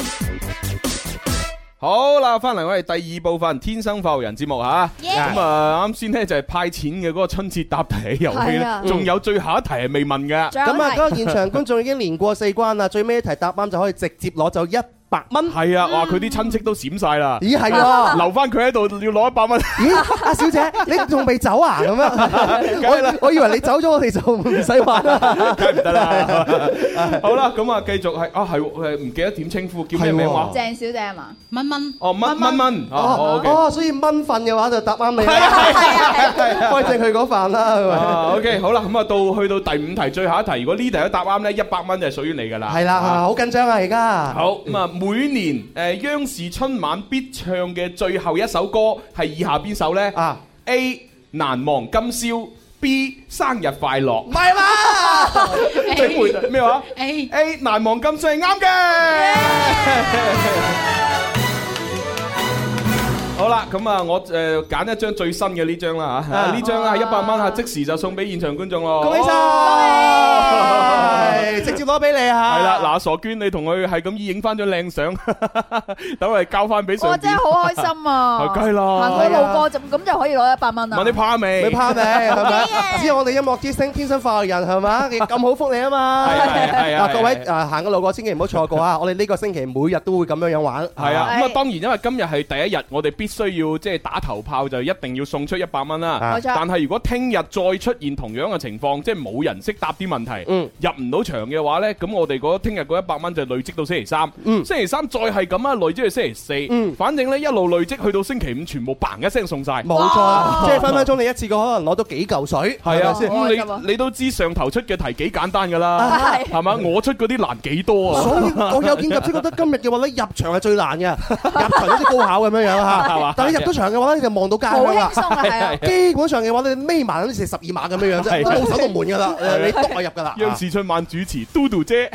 S3: 好啦，翻嚟我哋第二部分《天生快活人》節目吓，
S5: Yeah
S3: 咁啊啱先呢就係派錢嘅嗰個春節答題遊戲
S5: 係
S3: 咧
S5: 啊，
S3: 仲有最後一題係未問嘅。
S5: 最後
S4: 咁啊，
S5: 一題
S4: 嗰個現場觀眾已經連過四關啦，最尾一題答啱就可以直接攞走一百 蚊。
S3: 係啊，哇！佢啲親戚都閃晒啦，
S4: 嗯咦 係喎，
S3: 留翻佢喺度要攞一百 蚊。
S4: 咦阿小姐你仲未走啊？咁樣，
S3: 係啦
S4: 我我以為你走咗我哋就唔使玩啦。
S3: 梗係唔得 啦。好啦，咁啊，繼續係啊，係喎誒唔記得點稱呼，叫咩名話
S4: 係？喎
S5: 鄭小姐係嘛？
S10: 蚊蚊，
S3: 哦，蚊蚊蚊，哦，OK。
S4: 哦，所以蚊瞓嘅話就答啱你
S3: 係啊
S4: 啦，開正佢嗰飯啦，係咪？
S3: 啊，OK，好啦，咁啊，到去到第五題最後一題，如果呢題都答啱呢，一百蚊就係屬於你噶啦。
S4: 係啦，好緊張啊！而家
S3: 好咁啊，每年誒央視春晚必唱嘅最後一首歌係以下邊首呢
S4: 啊，
S3: A 難忘今宵，B 生日快樂
S4: 唔。係啦，
S3: 請回答咩話
S10: 誒，
S3: ？A 難忘今宵係啱嘅。好啦，咁啊，我誒揀一張最新嘅呢張啦嚇，
S4: 啊
S3: 呢張啊一百蚊啊，即時就送俾現場觀眾咯。
S4: 恭喜晒，直接攞俾你嚇。
S3: 系啦，嗱，傻娟，你同佢係咁影翻張靚相， 等我哋交翻俾
S5: 我
S3: 上
S5: 真
S3: 邊
S5: 係。好開心啊！
S3: 係 梗係啦
S5: 行過路過就咁就可以攞一百蚊啊！
S3: 問你怕未？
S4: 你怕未？係咪？
S5: Yeah
S4: 知我哋音樂之星天生快活人 係嘛？你咁好福利啊嘛！
S3: 係啊係啊係啊
S4: 嗱，各位誒行嘅路過千祈唔好錯 過啊！我哋呢個星期每日都會咁樣樣玩。
S3: 係啊，咁啊
S5: 係
S3: 當然，因為今日係第一日，我哋必須要即係打頭炮，就一定要送出一百蚊啦。
S4: 啊
S5: 冇錯
S3: 但係如果聽日再出現同樣嘅情況，即係冇人識答啲問題，
S4: 嗯
S3: 入唔到場嘅話呢，咁我哋嗰聽日嗰一百蚊就累積到星期三，
S4: 嗯
S3: 星期三再係咁啊，累積到星期四，
S4: 嗯
S3: 反正呢，一路累積去到星期五，全部嘭一聲送晒。
S4: 冇錯啊，即係分分鐘你一次過可能攞到幾嚿水，
S3: 係啊，
S4: 咪先？
S5: 好開心
S3: 咁
S5: 啊
S3: 你你都知上頭出嘅題幾簡單㗎啦，
S5: 係
S3: 係嘛？我出嗰啲難幾多啊？
S4: 所以我有見及先覺得今日嘅話咧，入場係最難嘅，入場好似高考咁樣樣嚇。
S3: 係嘛
S4: 但你入咗場嘅話咧，你就望到街㗎啦。
S3: 好輕鬆啊係 啊
S4: 基本上嘅話，你眯埋好似十二碼咁樣樣啫，
S3: 係
S4: 都冇守到門 㗎啦，誒你篤我入㗎啦。
S3: 央視春晚主持嘟嘟姐、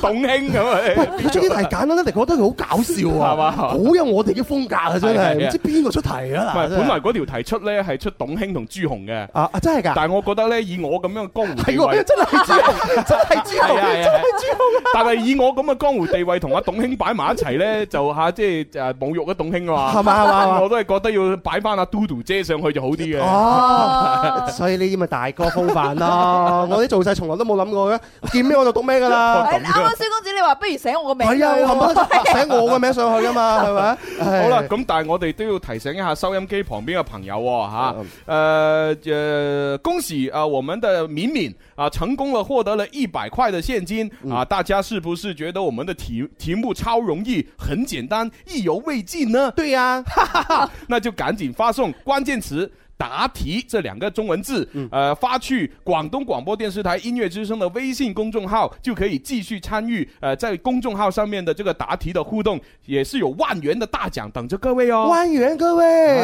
S3: 董卿咁
S4: 喂
S3: 啊，，
S4: 佢出啲題簡單得嚟，覺得佢好搞笑啊，
S3: 係嘛
S4: 好有我哋嘅風格啊，真
S3: 係係係
S4: 係唔知邊個出題
S3: 唔
S4: 啊？
S3: 係，
S4: 真係
S3: 本來嗰條題出咧係出董卿同朱紅嘅。
S4: 啊啊真係㗎，
S3: 但係我覺得咧，以我咁樣嘅江湖地
S4: 係
S3: 位
S4: 喎，，真係 朱紅， 真係朱
S3: 係啊係
S4: 紅，
S3: 啊
S4: 真係朱紅。
S3: 但係以我咁嘅江湖地位同阿董卿擺埋一齊咧，就嚇即係誒侮辱咗董卿啊嘛。
S4: 係嘛係嘛係嘛
S3: 我都係覺得要擺翻阿嘟嘟姐上去就好啲嘅。
S4: 哦，所以呢啲咪大哥風範 咯，我啲做晒從來都冇諗過嘅，見咩我就讀咩㗎啦。
S5: 啱啱蕭公子你話不如寫我個名
S4: 係啊，
S5: 佢喎
S4: 我冚唪唥寫我個名上去㗎嘛，係 咪？
S3: 好啦，咁但係我哋都要提醒一下收音機旁邊嘅朋友喎吓，呃呃，恭喜啊我們的敏敏啊成功了获得了一百块的现金啊！大家是不是觉得我们的题题目超容易、很简单、意犹未尽呢？
S4: 对呀，
S3: 那就赶紧发送关键词。答题这两个中文字，呃，发去广东广播电视台音乐之声的微信公众号，就可以继续参与。呃，在公众号上面的这个答题的互动，也是有万元的大奖等着各位哦。哎
S4: 關遠各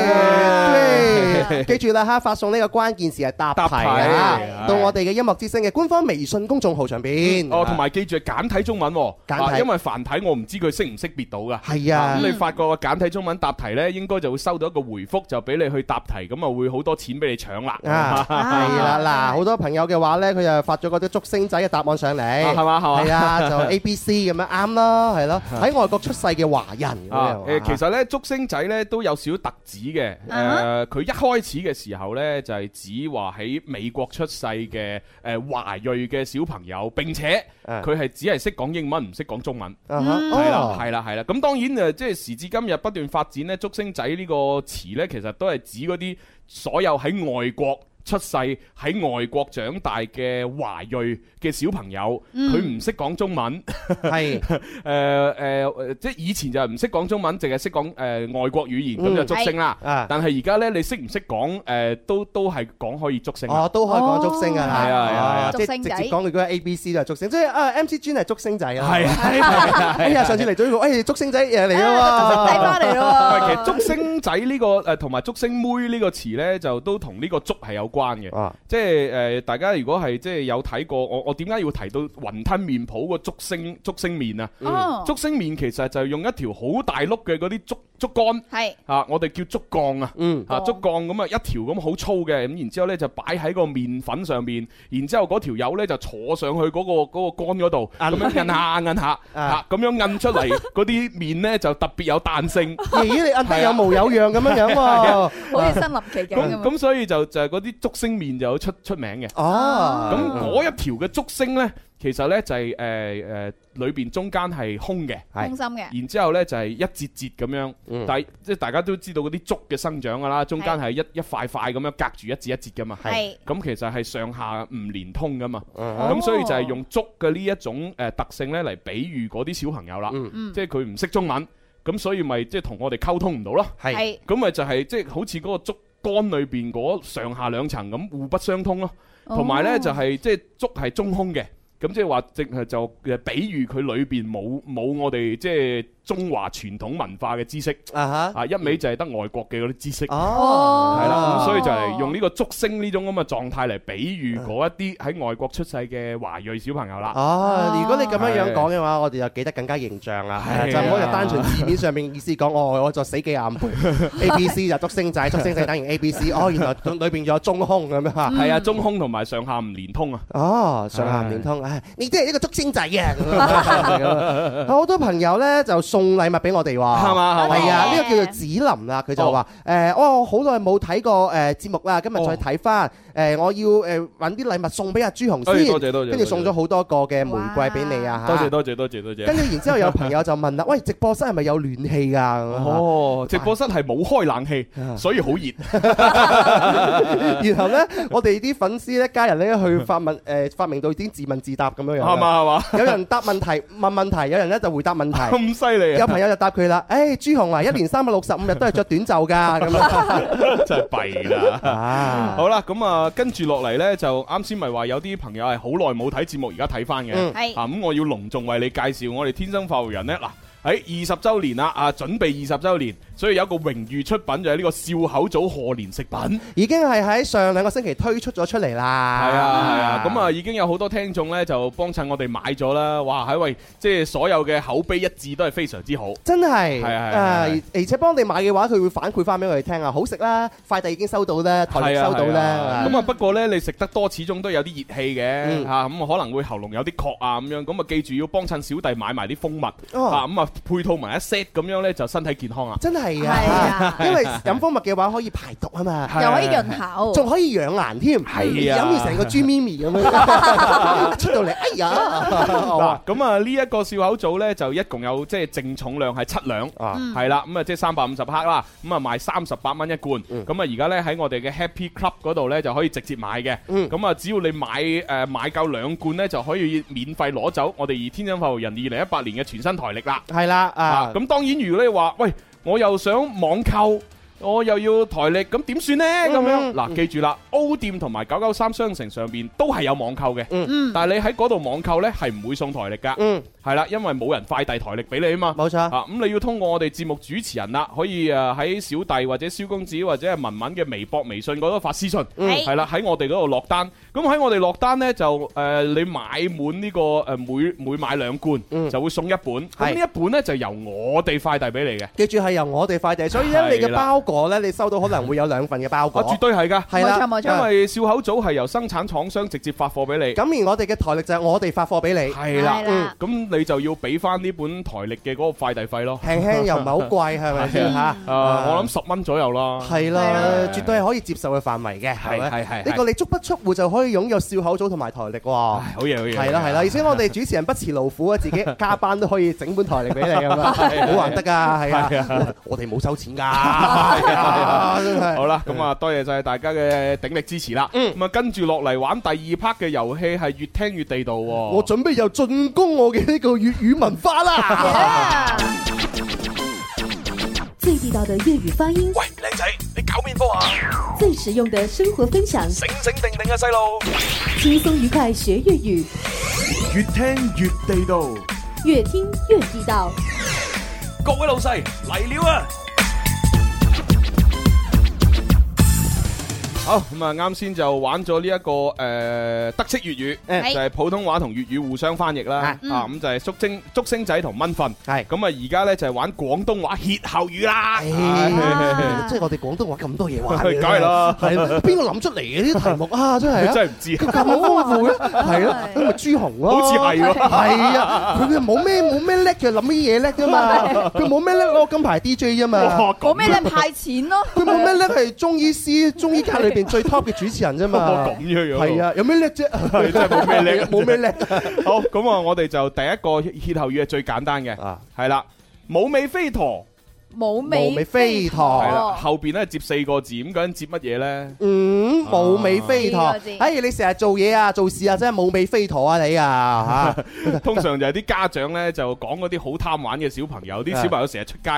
S4: 位，對記住啦嚇，發送呢個關鍵詞係答
S3: 答
S4: 題
S3: 題
S4: 啊
S3: 係，
S4: 到我哋嘅音樂之聲嘅官方微信公眾號上邊。
S3: 哦，同埋記住係簡體中文喎，
S4: 嗯啊簡體
S3: 啊因為繁體我唔知佢識唔識別到噶。
S4: 係啊
S3: 咁你發個簡體中文答題呢，應該就會收到一個回覆，就俾你去答題，咁啊會好多錢俾你搶啦。
S4: 啊，係啦，嗱，好多朋友嘅話咧，佢又發咗嗰啲竹星仔嘅答案上嚟，
S3: 係嘛係嘛
S4: 係啊，就 A、B、C 咁樣啱啦，係咯，喺外國出世嘅華人咁
S3: 啊
S4: 樣，
S3: 誒，其實咧，竹星仔咧都有少少特指嘅。誒，佢一開始嘅時候咧，就係指話喺美國出世嘅誒華裔嘅小朋友，並且
S4: 啊
S3: 佢係只係識講英文，唔識講中文。
S4: 啊哈
S3: 係嗯啦
S4: 哦，
S3: 係啦，係啦。咁當然誒，呃即係時至今日不斷發展咧，竹星仔呢個詞咧，其實都係指嗰啲所有喺外國。出世喺外國長大嘅華裔嘅小朋友，
S8: 嗯
S3: 佢唔識講中文，
S4: 係
S3: 誒誒，即係以前就係唔識講中文，淨係識講誒外國語言，咁就
S4: 嗯
S3: 竹升啦
S4: 係啊。
S3: 但係而家咧，你識唔識講誒，都都係講可以竹升。
S4: 哦，都可以講竹星㗎啦，
S3: 係啊係啊係啊
S4: 即係
S5: 竹星
S4: 直
S5: 仔
S4: 接講佢嗰個 A、B、C 就係竹星，即係啊 MC 專係竹星仔啦。
S3: 係啊係啊係啊
S4: 哎呀，上次嚟咗一個，哎，竹星仔誒嚟啦
S5: 睇翻
S3: 唔係
S5: 嚟咯。
S3: 其實竹升仔呢個誒同埋竹升妹呢個詞咧，就都同呢個竹係有關嘅
S4: 啊。
S3: 即係誒，大家如果係即係有睇過，我我點解要提到雲吞麵鋪個竹升竹升麵啊？
S5: 哦
S3: 竹升麵其實就係用一條好大碌嘅嗰啲竹竹竿。
S5: 係
S3: 啊，我哋叫竹槓啊，
S4: 嗯
S3: 啊竹槓咁啊一條咁好粗嘅，咁然之後咧就擺喺個麵粉上面，然之後嗰條友咧就坐上去嗰、個嗰、個杆嗰度，咁樣摁下摁下，嚇咁樣摁出嚟嗰啲麵咧就特別有彈性。
S4: 喎！咦，你摁得有模有樣咁樣樣
S3: 係
S4: 喎。
S5: 好似身臨其境
S3: 咁
S5: 咁啊。
S3: 咁所以就就係嗰啲竹升麵就好出出名嘅。
S4: 哦，
S3: 咁嗰一條嘅竹升咧，其實咧就係誒誒裏邊中間係空嘅。
S4: 係
S5: 空心嘅，
S3: 然之後咧就係一節節咁樣，但係即係大家都知道嗰啲竹嘅生長噶啦，中間係一一塊塊咁樣隔住一節一節噶嘛。
S5: 係
S3: 咁其實係上下唔連通噶嘛。
S4: 嗯
S3: 咁所以就係用竹嘅呢一種誒特性咧嚟比喻嗰啲小朋友啦，
S4: 嗯
S3: 即係佢唔識中文，咁所以咪即係同我哋溝通唔到咯。
S4: 係
S5: 係
S3: 咁咪就係即係好似嗰個竹竿裏邊嗰上下兩層咁互不相通咯。
S5: 哦
S3: 同埋咧就係即係竹係中空嘅，咁即係話淨係就誒比喻佢裏邊冇冇我哋即係中華傳統文化嘅知識
S4: 啊
S3: 啊，一味就係得外國嘅嗰啲知識。
S4: 嚇，
S3: 係
S4: 哦，
S3: 啦，咁所以就係用呢個竹升呢種咁嘅狀態嚟比喻嗰一啲喺外國出世嘅華裔小朋友啦。
S4: 哦，如果你咁樣
S3: 係
S4: 樣講嘅話，我哋就記得更加形象啦，
S3: 係啊
S4: 就唔好就單純字面上面意思講，哦，我就死記硬背 A B C 就竹星仔，竹星仔等於 A B C，哦，原來裏邊仲有中空咁樣嚇，
S3: 係啊，中空同埋上下唔連通啊。
S4: 哦，上下唔連通，唉，你真係一個竹星仔啊！咁 樣好多朋友咧就送禮物俾我哋喎，係
S3: 嘛係嘛
S4: 哦
S3: 哎
S4: 係啊，呢個叫做子林啦，佢就話誒，哦，好耐冇睇過誒節目啦，今日再睇翻誒，我要誒揾啲禮物送俾阿朱紅
S3: 哦哎
S4: 先，
S3: 多謝多謝
S4: 跟住送咗好多個嘅玫瑰俾你啊，
S3: 多謝。多謝多謝多謝。
S4: 跟住然之後有朋友就問啦，喂，直播室係咪有啊暖氣㗎？
S3: 哦，直播室係冇開冷氣，
S4: 啊
S3: 所以好熱。
S4: 然後咧，我哋啲粉絲咧，家人咧去發問，誒發明到已經自問自答咁樣樣啦。啊
S3: 係嘛係嘛
S4: 有人答問題問問題，有人咧就回答問題。
S3: 咁犀利啊！
S4: 有朋友就答佢啦，誒朱紅啊，一年三百六十五日都係着短袖 㗎咁樣。
S3: 真係弊啦
S4: 啊！
S3: 好啦，咁啊，跟住落嚟呢，就啱先咪話有啲朋友係好耐冇睇節目，而家睇翻嘅。
S4: 嗯
S5: 係
S3: 啊，咁我要啊隆重為你介紹我哋天生發育人呢。嗱，喺二十週年啦，啊，準備二十週年，所以有一個榮譽出品就係呢個笑口組賀年食品。
S4: 已經係喺上兩個星期推出咗出嚟
S3: 系
S4: 啦。
S3: 啊系啊，咁啊已經有好多聽眾咧就幫襯我哋買咗啦，哇！喺喂，即係所有嘅口碑一致都係非常之好。
S4: 真係，
S3: 係啊係
S4: 誒
S3: 啊
S4: 而而且幫你買嘅話，佢會反饋翻俾我哋聽啊，好食啦，快遞已經收到啦，台
S3: 係
S4: 歷
S3: 啊
S4: 收到
S3: 係啊
S4: 啦。
S3: 咁啊，不過咧，你食得多始終都有啲熱氣嘅
S4: 嗯
S3: 嚇，啊咁可能會喉嚨有啲確啊咁樣，咁啊記住要幫襯小弟買埋啲蜂蜜啊，
S4: 哦
S3: 咁啊配套埋一 set 咁樣咧就身體健康啊。
S4: 真係啊，因為飲蜂蜜嘅話可以排毒啊嘛，
S3: 係啊又可以潤
S5: 口
S4: 仲可以養顏添，
S3: 係啊
S4: 飲完成個豬咪咪咁 樣出到嚟，哎呀
S3: 嗱，，咁啊呢一個笑口組咧就一共有即係淨重量係七兩，
S4: 嗯
S3: 係啦，咁啊即係三百五十克啦，咁啊賣三十八蚊一罐，咁啊而家咧喺我哋嘅 Happy Club 嗰度咧就可以直接買嘅，咁啊只要你買誒買夠兩罐咧就可以免費攞走我哋而天津發號人二零一八年嘅全新台歷啦。
S4: 係啦
S3: 啊
S4: 啊，
S3: 咁當然如果你話喂，我又想網購。我又要台歷，咁點算呢？咁樣
S4: 嗯
S3: 嗱，記住啦，O 店同埋九九三商城上邊都係有網購嘅，
S4: 嗯
S3: 但係你喺嗰度網購呢，係唔會送台歷㗎，
S4: 嗯
S3: 係啦，因為冇人快遞台歷俾你啊嘛，
S4: 冇錯
S3: 啊，咁你要通過我哋節目主持人啦，可以誒喺小弟或者蕭公子或者係文文嘅微博、微信嗰度發私信，
S4: 嗯
S3: 係啦，喺我哋嗰度落單。咁喺我哋落單呢，就誒你買滿呢個誒每每買兩罐就會送一本，咁
S4: 嗯係
S3: 呢一本呢，就由我哋快遞俾你嘅。
S4: 記住係由我哋快遞，所以咧你
S3: 係
S4: 嘅
S3: 啦
S4: 包裹咧，你收到可能會有兩份嘅包
S3: 啊，
S4: 裹。
S3: 絕對係噶，
S4: 哦係啦冇錯冇錯
S3: 因為笑口組係由生產廠商直接發貨俾你，
S4: 咁而我哋嘅台歷就係我哋發貨俾你，
S3: 係啦，嗯咁你就要俾翻呢本台歷嘅嗰個快遞費咯，
S4: 輕輕又唔係好貴，係咪先
S3: 係
S4: 嚇
S3: 啊？誒，我諗十蚊左右啦，
S4: 係啊啦，絕對係可以接受嘅範圍嘅，係
S3: 係
S4: 咪？
S3: 係係
S4: 呢個你足不出户就可以擁有笑口組同埋台歷喎。好
S3: 好嘢好嘢
S4: 係啦係啦，而且我哋主持人不辭勞苦啊，自己加班都可以整本台歷俾你咁啊，
S3: 係
S4: 好難得㗎，係
S3: 係
S4: 啊
S3: 啊，
S4: 我我哋冇收錢㗎，係 啊真係。
S3: 好啦，咁啊，多謝晒大家嘅鼎力支持啦。
S4: Ừ.
S3: 咁啊，跟住落嚟玩第二 part 嘅遊戲係越聽越地道
S4: 我
S3: 喎。
S4: 準備又進攻我嘅呢個粵語文 化啦！
S11: 最地道的粵語發音，
S8: 喂，靓仔，你搞面科啊？
S11: 最实用的生活分享，
S8: 醒醒定定啊，细路！
S11: 轻松愉快学粵語，
S8: 越听越地道。
S11: 越聽越地道。
S8: 各位老细嚟了啊！
S3: 好，咁啊，啱先就玩咗呢一個诶德式粵語，
S4: Ừ.
S8: 係
S3: 就係普通話同粵語互相翻譯啦。
S8: 係
S3: 啊，咁就係竹精竹星仔同蚊瞓。
S4: 系
S3: 咁啊，而家咧就係玩廣東話歇後語啦。
S4: 唉即係我哋廣東話咁多嘢玩嘅，
S3: 梗係啦
S4: 係啦，邊個諗出嚟嘅呢啲題 目啊？真係啊
S3: 真係唔知
S4: 咁豐富嘅，係啊，咁咪朱紅咯，
S3: 好似係喎
S4: 係啊，佢冇咩冇咩叻嘅，諗乜嘢叻啫嘛，佢冇咩叻攞金牌 DJ 啫嘛，
S5: 講咩咧派錢咯，
S4: 佢冇咩叻係中醫師、中醫界裏邊最 top 嘅主持人啫 嘛，
S3: 哦咁樣樣
S4: 係啊，有咩叻啫？
S3: 係真係冇咩叻
S4: 冇咩叻，
S3: 好，咁啊，我哋就第一個歇後語係最簡單嘅，係啦，冇尾飛陀。
S5: 冇尾
S4: 冇尾飛
S5: 哦
S4: 陀
S3: 係啦，後邊咧接四個字，咁究竟接乜嘢咧？
S4: 嗯，冇尾飛陀
S5: 呢個字，
S4: 哎，你成日做嘢啊，做事啊，真係冇尾飛陀啊， 你啊嚇！
S3: 通常就係啲家長咧就講嗰啲好貪玩嘅小朋友，啲小朋友成日出街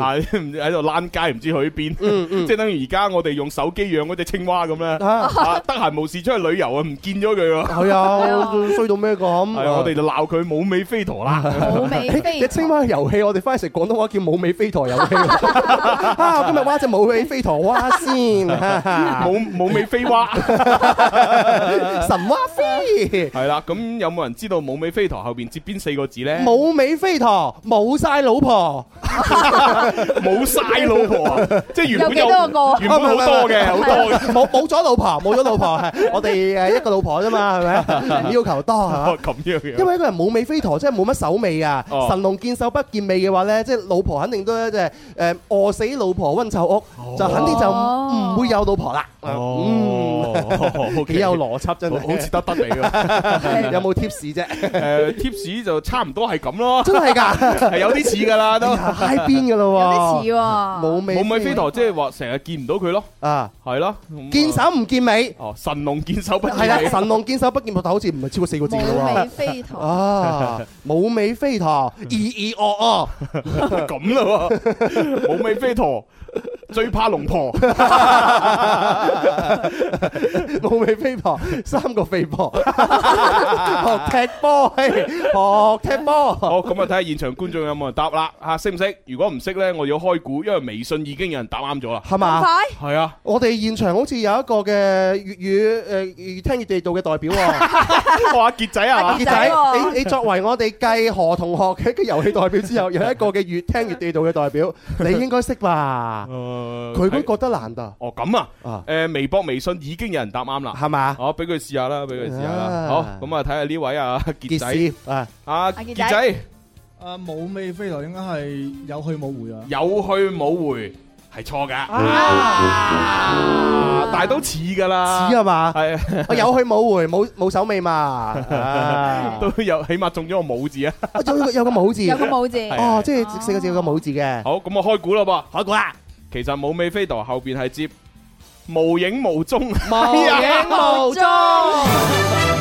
S3: 啊， 唔知喺度躝街，唔知去邊，即係等於而家我哋用手機養嗰只青蛙咁咧，
S4: 啊
S3: 啊得閒無事出去旅遊啊，唔見咗佢喎，
S4: 係啊，衰到咩咁？
S3: 係啊我哋就鬧佢冇尾飛陀啦。
S5: 冇 尾
S4: 誒
S5: 飛
S4: 隻青蛙遊戲，我哋翻去食廣東話叫冇尾飛陀遊 戲。啊，我今日挖只冇尾飛陀蛙 先，哈哈
S3: 冇冇尾飛蛙，
S4: 神蛙飛，
S3: 係啦，咁有冇人知道冇尾飛陀後邊接邊四個字咧？
S4: 冇尾飛陀，冇晒 老婆，
S3: 冇晒老婆 啊，即係原本
S5: 有幾多個
S3: 原本好多嘅，
S4: 哦
S3: 好多嘅。
S4: 冇冇咗老婆，冇咗老婆，係我哋誒一個老婆啫嘛， 係咪？要求多係嘛
S3: 哦？咁樣嘅，
S4: 因為一個人冇尾飛陀，真係冇乜手尾啊！
S3: 哦
S4: 神龍見首不見尾嘅話咧，即係老婆肯定都即係誒餓死老婆温臭屋，就肯定就
S5: 哦
S4: 唔唔會有老婆啦。
S3: 哦，
S4: 嗯幾有邏輯真
S3: 好好
S4: 係
S3: 似，得得你㗎。
S4: 有冇 tips 啫？
S3: 誒 tips 就差唔多係咁咯，
S4: 真係㗎，
S3: 係有啲似㗎啦都。
S4: 嗨邊㗎
S5: 有
S4: 咯
S5: 啲
S4: 喎
S5: 似，喎，
S4: 冇尾
S3: 冇米飛陀即係話成日見唔到佢咯，
S4: 啊，
S3: 係咯。咁啊
S4: 見手唔見尾，
S3: 哦，神龍見首不見
S4: 係啦，
S3: 尾。
S4: 神龍見首不見尾，但好似唔係超過四個字㗎
S5: 冇尾
S4: 喎。
S5: 飛陀，
S4: 啊，冇尾飛陀，二二哦哦，
S3: 咁咯喎，冇尾飛陀，最怕龍 婆。
S4: 冇尾飛婆，三個飛婆，學踢波，嘿學踢波。
S3: 好，咁啊睇下現場觀眾有冇人答啦吓，識唔識？如果唔識呢，我要開估，因為微信已經有人答啱咗啦。
S4: 係嘛咁
S3: 係啊，
S4: 我哋現場好似有一個嘅粵語誒越聽越地道嘅 代表喎，
S3: 我阿傑 仔啊，
S4: 傑仔，你你作為我哋繼何同學嘅一個遊戲代表之後，有一個嘅越聽越地道嘅 代表，你應該識吧？啊佢都覺得難㗎。
S3: 呃哦咁啊，誒微博、微信已經有人答啱啦，
S4: 係嘛？
S3: 好，俾佢試下啦，俾佢試下啦。
S4: 啊
S3: 好，咁啊睇下呢位啊傑
S4: 傑
S3: 仔
S4: 師啊，
S3: 阿傑仔
S12: 啊，冇尾飛來應該係有去冇回啊。
S3: 有去冇回係錯㗎，啊但係都似㗎啦，
S4: 似係嘛？
S3: 係啊
S4: 我有去冇回，冇冇手尾嘛？啊
S3: 都有，起碼中咗個冇字啊！
S4: 有個有個冇字，
S3: 有個冇字
S4: 哦，即係四個字有個冇字嘅。
S3: 好，咁我開估啦噃，
S4: 開估啊啦。
S3: 其實冇尾飛陀後邊係接無影無蹤，
S4: 無影無蹤。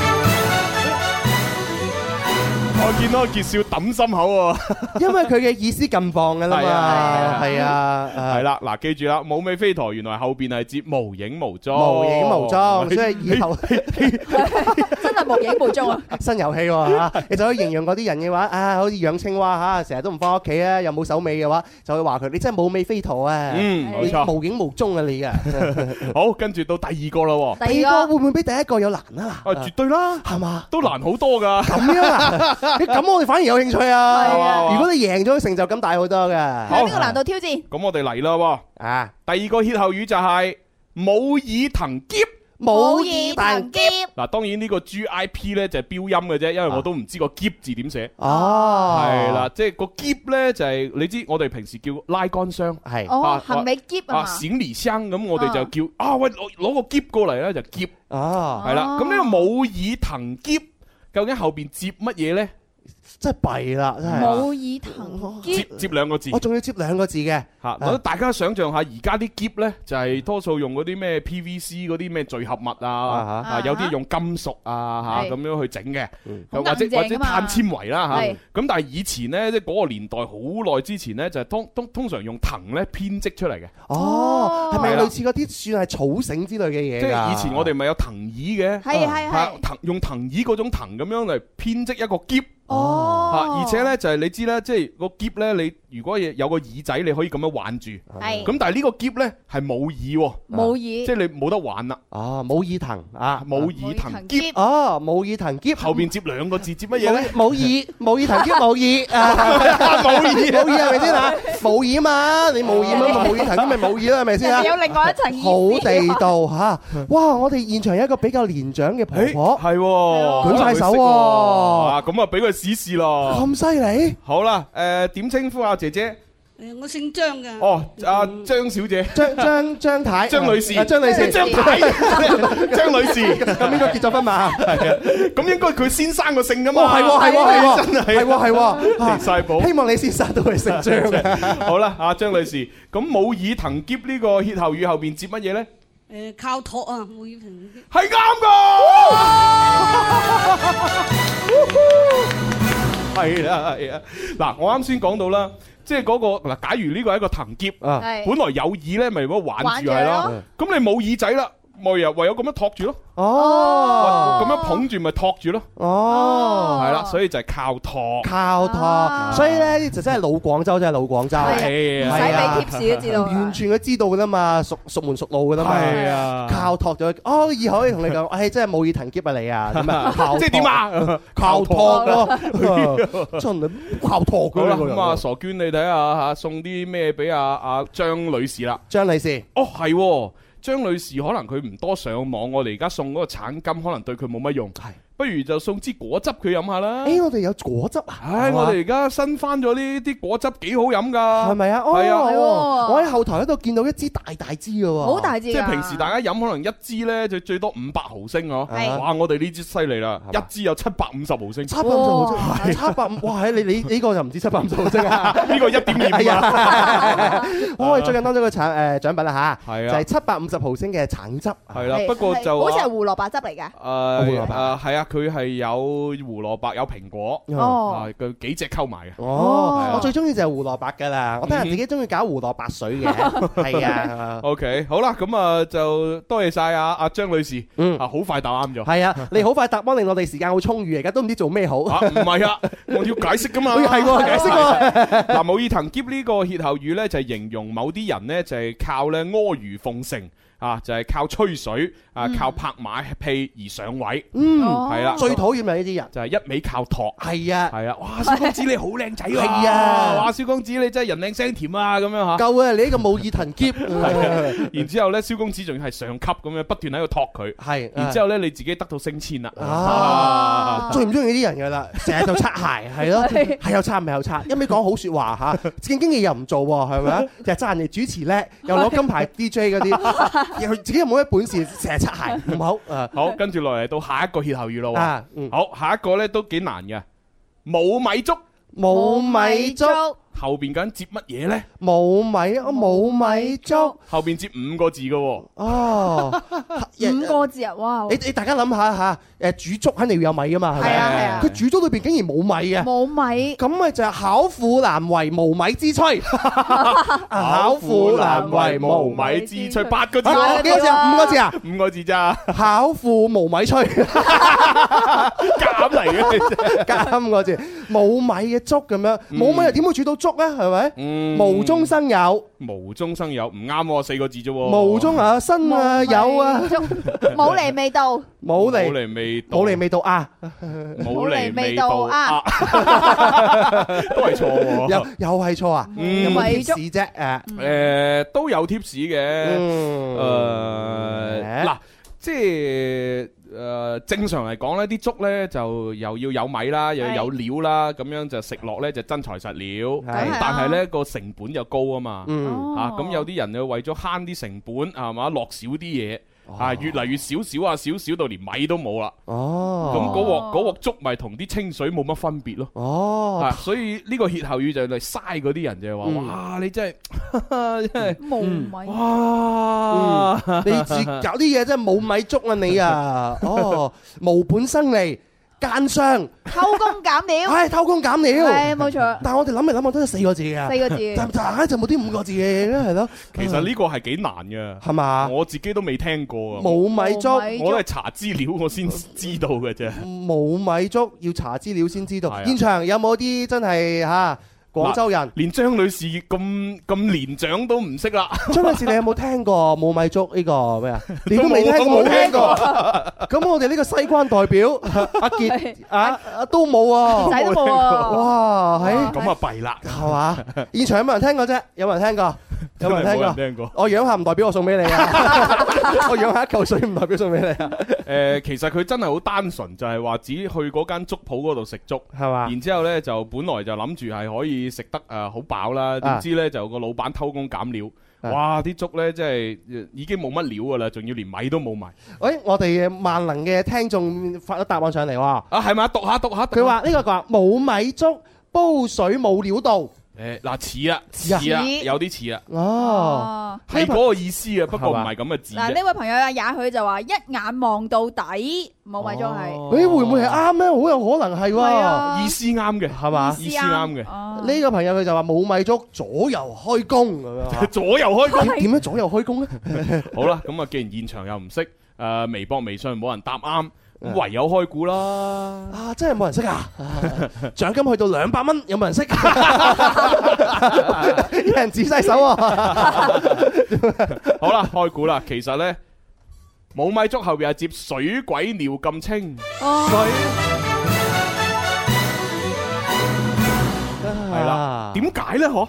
S3: 我見到阿傑少抌心口喎。
S4: 因為佢嘅意思咁棒㗎啦嘛，係啊，
S3: 係啦，嗱，記住啦，冇尾飛陀原來後邊係接無影無蹤，
S4: 無影無蹤，所以 以後
S5: 真係無影 無蹤啊！
S4: 新遊戲喎嚇，你就可以形容嗰啲人嘅話，啊，好似養青蛙嚇，成日都唔翻屋企啊，又冇手尾嘅話，就會話佢你真係冇尾飛陀啊，
S3: 嗯冇錯
S4: 你無影無蹤啊你啊，
S3: 好，跟住到第二個啦喎，
S4: 第二個會唔會比第一個有難啊？
S3: 啊，絕對啦，
S4: 係嘛，
S3: 都難好多㗎，
S4: 咁樣啊？咁我哋反而有興趣
S3: 係
S4: 啊！
S3: 啊
S4: 如果你贏咗，成就感大好多嘅。
S3: 好有呢個
S5: 難度挑戰，
S3: 咁我哋嚟啦
S4: 喎，啊，
S3: 第二個歇後語就係冇耳藤夾。
S4: 冇耳
S5: 藤
S4: 夾
S3: 嗱，當然呢個 G I P 咧就係標音嘅啫，因為
S4: 啊
S3: 我都唔知個夾字點寫。
S4: 哦
S3: 係啦，即係個夾咧就係你知我哋平時叫拉杆箱，
S4: 係
S5: 哦行李夾啊嘛
S3: 啊閃離箱咁，我哋就叫啊喂攞攞個夾過嚟咧就夾。
S4: 哦
S3: 係啦，咁呢個冇耳藤夾究竟後邊接乜嘢咧？
S4: 真係弊啦，真係哦
S5: 冇耳藤
S3: 接
S5: 結，
S3: 接兩個字
S4: 我。仲要接兩個字嘅。
S3: 嚇！咁大家想象下，而家啲夾咧就係多數用嗰啲咩 PVC 嗰啲咩聚合物啊，啊嗯有啲用金屬啊
S6: 係
S3: 嚇咁樣去整嘅，
S6: 好
S3: 又或者
S6: 硬淨㗎
S3: 或者碳纖維啦嚇。
S6: 係
S3: 咁但係以前咧，即係嗰個年代好耐之前咧，就係通通通常用藤咧編織出嚟嘅。
S4: 哦，係咪
S3: 係啦
S4: 類似嗰啲算係草繩之類嘅嘢㗎？
S3: 即係以前我哋咪有藤椅嘅，
S4: 係係
S3: 啊藤用藤椅嗰種藤咁樣嚟編織一個夾。哦，而且咧就係你知咧，即係個夾咧，你如果有個耳仔，你可以咁樣挽住。
S5: 係
S3: 咁但係呢個嗯夾咧係冇耳喎。
S5: 冇耳
S3: 即係你冇得玩啦。
S4: 啊，冇耳藤啊，
S3: 冇耳藤
S5: 夾
S4: 哦，冇耳藤夾，
S3: 後邊接兩個字接乜嘢咧？
S4: 冇耳 冇耳藤夾冇耳啊，
S3: 冇耳
S4: 冇耳係咪先啊？冇耳嘛，你冇耳
S3: 啊
S4: 嘛，冇耳藤夾咪冇耳啦，係咪先啊？
S5: 有另外一層意思
S4: 好地道嚇！哇，我哋現場有一個比較年長嘅婆婆，
S3: 係喎
S4: 舉晒手
S3: 啊，
S4: 喎，
S3: 咁啊俾佢試試咯。
S4: 咁犀利！
S3: 好啦，誒點稱呼啊姐姐？
S13: 誒，我姓張噶。
S3: 哦，阿張小姐，
S4: 張張張太，
S3: 張女士
S4: 啊張女士，
S3: 張 太，張女士，
S4: 咁應該結咗婚嘛？
S3: 係啊，咁應該佢先生個姓噶
S4: 哦，
S3: 嘛？
S4: 係喎，係喎，係
S3: 真
S4: 喎，
S3: 係
S4: 係喎，係 喎，啊
S3: 離晒譜。
S4: 希望你先生都係 姓張嘅。
S3: 好啦，阿張女士，咁冇耳藤夾呢個歇後語後邊接乜嘢咧？
S13: 誒，靠托啊，冇要平。
S3: 係啱噶。係啦，係啊。嗱，我啱先講到啦，即係嗰個嗱，假如呢個係一個藤夾，
S4: 啊
S3: 本
S4: 係
S3: 來有耳咧，咪嗰個挽住係
S4: 挽住
S3: 咯
S4: 咯。
S3: 咁你冇耳仔啦，咪又唯有咁樣托住咯。
S4: 哦，
S3: 咁樣捧住咪托住咯。
S4: 哦，
S3: 係啦，所以就係靠托。
S4: 靠托，所以咧就真係老廣州，真係老廣州，
S3: 係啊
S4: 係啊
S3: 唔使俾貼士都知道啊
S4: 完全都知道噶啦嘛，熟熟門熟路噶啦嘛，
S3: 係啊
S4: 靠托咗，哦，以後可以同你 講，唉，真係冇耳藤夾啊你啊，點啊，靠托
S3: 即係點啊？
S4: 靠托咯，
S3: 咯
S4: 真係靠托
S3: 好
S4: 噶
S3: 啦，
S4: 啦，個人
S3: 咁啊，傻娟你睇下吓，送啲咩俾阿阿張女士啦？
S4: 張女士，
S3: 哦係喎，張女士可能佢唔多上網，我哋而家送嗰個橙金可能對佢冇乜用，係，不如就送支果汁佢飲下啦。
S4: 誒，我哋有果汁哎啊，
S3: 唉，我哋而家新翻咗呢啲果汁幾好飲㗎，
S4: 係咪啊？
S3: 係啊，
S4: 哦，我喺後台嗰度見到一支大大支嘅喎，
S3: 即係平時大家飲可能一支咧，就最多五百毫升哦。
S4: 係
S3: 哇！我哋呢支犀利啦，一支有七百五十毫升。
S4: 七百五十毫升，係七百五，哇！你你呢個就唔止七百五十 毫升啊，
S3: 呢個一點二啊。
S4: 我哋最近多咗個產誒獎品啦嚇，
S3: 係
S4: 就
S3: 啊哦
S4: 係七百五十毫升嘅橙汁，
S3: 係啦，不過就
S5: 好似
S3: 話
S5: 係胡蘿蔔汁嚟㗎。
S3: 誒誒係啊，佢係有胡蘿蔔有蘋果，
S4: 哦
S3: 啊佢幾隻溝埋嘅。
S4: 哦，
S3: 係啊
S4: 我最中意就係胡蘿蔔噶啦，我睇人自己中意搞胡蘿蔔水 嘅，係啊。
S3: OK，好啦，咁啊就多謝晒啊阿張女士，
S4: 嗯
S3: 啊好快答啱咗。
S4: 係啊，你好快答幫令我哋時間好充裕，而家都唔知做咩好。
S3: 啊，唔係啊，我要解釋噶嘛。
S4: 係喎解釋喎
S3: 嗱，武爾藤兼呢個歇後語呢，就係形容某啲人呢，就係靠咧阿諛奉承。啊，就係靠吹水啊，靠拍馬屁而上位，
S4: 嗯
S3: 係啦，
S4: 最討厭咪呢啲人，
S3: 就係一味靠托，
S4: 係啊，
S3: 係啊，哇，小公子你好靚仔喎，
S4: 係啊
S3: 哇，小公子你真係人靚聲甜啊，咁樣嚇，
S4: 夠啊！你呢個武耳藤劫，
S3: 係啊然之後咧，蕭公子仲要係上級咁樣不斷喺度托佢，
S4: 係
S3: 然之後咧你自己得到升遷啦，
S4: 啊
S3: 啊
S4: 最唔中意呢啲人噶啦，成日就擦鞋，係咯，
S3: 係
S4: 係又擦唔係又擦，一味講好説話嚇，正經嘢又唔做喎，係咪啊？又讚人哋主持叻，又攞金牌 DJ 嗰啲，又自己又冇咩本事，成日擦鞋，唔好啊！
S3: 好，跟住落嚟到下一個歇後語咯
S4: 啊
S3: 喎，好，下一個咧都幾難嘅，冇米粥，
S4: 冇米粥，
S3: 後邊緊接乜嘢咧？
S4: 冇米啊，冇米粥
S3: 後邊接五個字嘅喎，
S4: 哦。
S5: 五 個字啊，哇！
S4: 你你大家諗下嚇，誒煮粥肯定要有米噶嘛，係咪？
S5: 啊係啊
S4: 佢煮粥裏邊竟然冇米嘅，
S5: 冇米，
S4: 咁咪就係巧婦難為無米之炊，啊巧婦難為無米。
S3: 米之炊八個字
S4: 啊
S3: 喎，
S4: 幾多字啊？五個字啊？
S3: 五個字 咋？
S4: 巧婦無米 炊，
S3: 減嚟嘅，
S4: 加五個字，冇米嘅粥咁樣，冇米又點會煮到粥咧？係
S3: Ừ.
S4: 咪？ 無中生有，
S3: 嗯無中生有，唔啱喎，四個字啫喎，
S4: 無中啊生啊有啊，
S5: 冇嚟味道，
S4: 冇
S3: 冇
S4: 嚟
S3: 嚟味道，
S4: 冇嚟味道啊，
S3: 冇嚟味
S5: 到
S3: 道啊
S5: 啊，
S3: 都係錯喎，
S4: 又又係錯啊？有冇
S5: 米粥
S4: 貼士啫？誒。
S3: 誒都有 tips
S4: 嗯 Ừ.
S3: Ờ. 嘅，誒呃嗱。即係誒、呃正常嚟講呢啲粥呢就又要有米啦，又要有料啦，咁樣就食落呢就真材實料。
S4: 係啊
S3: 但係呢個成本就高啊嘛。
S5: Ờ.
S4: 嗯
S3: 啊，咁有啲人就為咗慳啲成本啊係嘛，落少啲嘢。
S4: 哦
S3: 啊，越嚟越少少啊，少少到連米都冇啦。咁
S4: 哦，
S3: 嗰鑊嗰鑊粥咪同啲清水冇乜分別咯。
S4: 哦
S3: 啊，，所以呢個歇後語就係嚟嘥嗰啲人就係話，
S4: 嗯
S3: 哇！你真係真係
S5: 冇米，
S8: À.
S3: 哇！
S4: 你自搞啲嘢真係冇米粥啊你啊！哦，無本生利，奸商，
S5: 偷工 減料，
S4: 唉，偷工減料，
S5: 係冇錯
S4: 但係我哋諗嚟諗去都係四個字嘅，
S5: 四個字
S4: 但但係就冇啲五個字嘅嘢咧，係咯。
S3: 其實呢個係幾難嘅，
S4: 嗯係嘛？
S3: 我自己都未聽過啊。
S4: 冇米粥冇米粥
S3: 我都係查資料我先知道嘅啫。
S4: 冇米粥要查資料先知道。
S3: 啊
S4: 現場有冇啲真係嚇廣州人
S3: 嗱？連張女士咁咁年長都唔識啦。
S4: 張女士，你有冇聽過冇米粥呢個 咩啊？你都
S3: 都
S4: 未
S3: 冇
S4: 聽過，
S3: 我冇聽過
S4: 咁我哋呢個西關代 表阿傑啊啊都冇啊，
S5: 仔都冇啊
S4: 哇，係
S3: 咁啊弊啦，
S4: 係嘛？現場有冇人聽過啫？有冇人聽過？有冇
S3: 真係
S4: 人
S3: 冇人
S4: 聽
S3: 聽過
S4: 過？我養下唔代表我送俾你啊！ 我養下一嚿水唔代表送俾你啊！
S3: 誒，其實佢真係好單純，就係話只去嗰間粥鋪嗰度食粥，
S4: 係嘛
S3: 然之後呢，就本來就諗住係可以食得誒好飽啦，點知呢，就個老闆偷工減料，
S4: 啊
S3: 哇！啲粥呢，真係呃已經冇乜料噶啦，仲要連米都冇埋
S4: 誒，我哋嘅萬能嘅聽眾發咗答案上嚟喎。
S3: 啊，係咪啊？讀下讀下，讀下
S4: 佢話呢個佢話冇米粥煲水冇料到。
S3: 誒嗱似啊
S4: 似啊
S3: 似啊，
S5: 似
S3: 有啲似啊，
S4: 哦，
S3: 係嗰個意思啊，不過唔係咁嘅字
S5: 嗱，
S3: 啫
S5: 呢。位朋友啊，也許就話一眼望到底，冇米粥係
S4: 誒會唔會係啱咧？好有可能係
S5: 係啊
S4: 喎。
S3: 意思啱嘅
S4: 係嘛？
S3: 意思啱嘅，。
S4: 呢個朋友佢就話冇米粥左右開工咁 樣
S3: 左右開工
S4: 點點樣左右開工 咧？
S3: 好啦，咁啊，既然現場又唔識，誒微博、微信冇人答啱，咁唯有開估啦。
S4: 啊，真係冇人識啊！獎金去到兩百蚊，有 冇人識？有人指晒手啊！
S3: 好啦，開估啦，其實呢，冇米粥後邊係接水鬼尿咁清，係
S4: 係
S3: 啦，點解呢？嗬？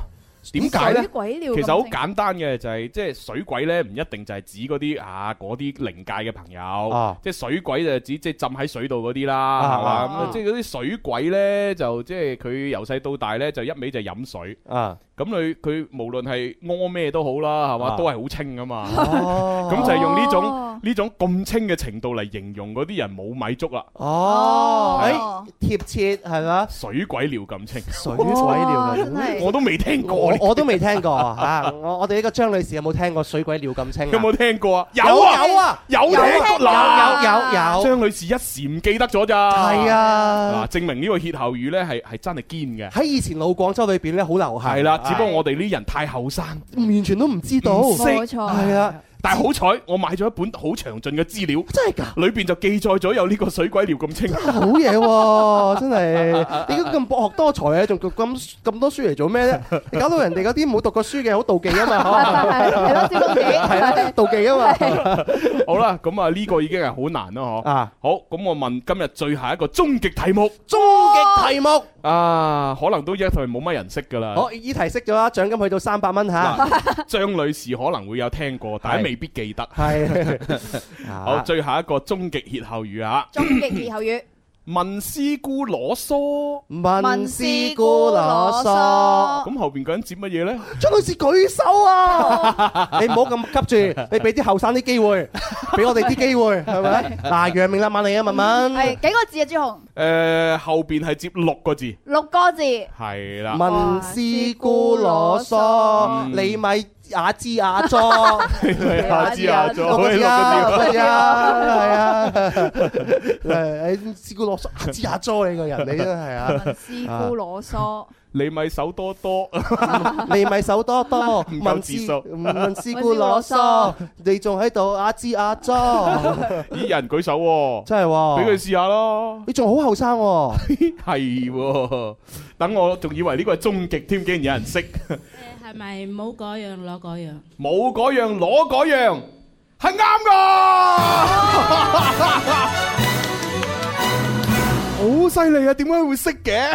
S3: 點解呢
S5: 水？鬼尿咁
S3: 其實好
S5: 清
S3: 簡單嘅，就係即係水鬼呢，唔一定就係指嗰啲啊嗰啲靈界嘅朋友
S4: 啊，
S3: 即係水鬼就指即係浸喺水度嗰啲啦，
S4: 啊
S3: 係嘛？咁
S4: 啊
S3: 啊即係嗰啲水鬼呢，就即係佢由細到大呢，就一味就飲水。
S4: 啊！
S3: 咁佢佢無論係屙咩都好啦，係嘛，
S4: 啊
S3: 都係好清噶嘛。
S4: 哦
S3: 咁就係用呢種
S4: 哦
S3: 呢種咁清嘅程度嚟形容嗰啲人冇米粥啦。
S4: Ờ.
S5: Ờ.
S4: 哦，誒貼切係啦，
S3: 水鬼尿咁 清，水
S4: 鬼尿咁清哇真係
S3: 我都未聽過呢。
S4: 我我都未 聽過啊！我我哋呢個張女士有冇聽過水鬼尿咁清啊？
S3: 有冇聽過啊？
S4: 有
S3: 啊
S4: 有啊
S3: 有聽過
S4: 有有有有啊
S3: 張女士一時唔記得咗咋。
S4: 係啊
S3: 嗱，證明呢個歇後語咧係係真係堅嘅。
S4: 喺以前老廣州裏邊咧好流行。
S3: 係啦，
S4: 啊
S3: 只不過我哋呢人太後生，
S4: 完全都唔知道，
S3: 唔識
S4: 係啊。。
S3: 但係好彩，我買咗一本好詳盡嘅資料，
S4: 真係
S3: 裏
S4: 㗎，
S3: 邊就記載咗有呢個水鬼尿咁 清。
S4: 好嘢 喎！真係，你咁博學多才啊，仲讀咁咁多書嚟做咩啫？你搞到人哋嗰啲冇讀過書嘅好妒忌啊嘛！
S3: 係係係係妒忌
S4: 係啦，妒忌啊嘛！
S3: 好啦，咁啊呢個已經係好難啦，嗬。
S4: 啊，
S3: 好，咁我問今日最後一個終極題目。
S4: 終極題目，
S3: 啊，可能都一題冇乜人識噶啦。
S4: 好，依題識咗啦，獎金去到三百蚊嚇。
S3: 嗱，張女士可能會有聽過，但係未必記
S4: 啊
S3: 得。
S4: 係
S3: 好，最後一個終極歇後語啊！
S5: 終極歇後語，
S3: 問師姑攞梳，
S4: 問師姑攞梳
S3: 咁後邊嗰人接乜嘢呢？
S4: 張女士舉手 啊！你唔好咁急住，你俾啲後生啲 機會，俾我哋啲機會，係咪？嗱，揚名立萬嚟啊，文文。
S5: 係幾個字啊？朱紅，
S3: 誒，後邊係接六個字，
S5: 六個字。
S3: 係啦。
S4: 問師姑攞
S3: 嗯
S4: 梳，你咪雅姿雅 妝。
S3: 阿芝阿
S4: 六個字啊，六個字啊，係啊，誒，你師姑攞梳，雅姿雅妝你個人，你真係啊，
S5: 師姑攞梳，
S3: 你咪手多多，
S4: 你咪手多多，嗯
S3: 唔夠
S4: 問
S3: 字
S4: 師
S3: 數
S4: 問師姑攞 梳，你仲喺度雅姿雅妝，
S3: 咦，有人舉手喎，
S4: 真係啊喎，
S3: 俾佢試下咯。
S4: 你仲好後生喎，
S3: 係喎，等我仲以為呢個係終極添，竟然有人識，
S1: 係咪冇嗰樣攞嗰樣？
S3: 冇嗰樣攞嗰樣，係啱噶。 好犀利啊！點解會識嘅？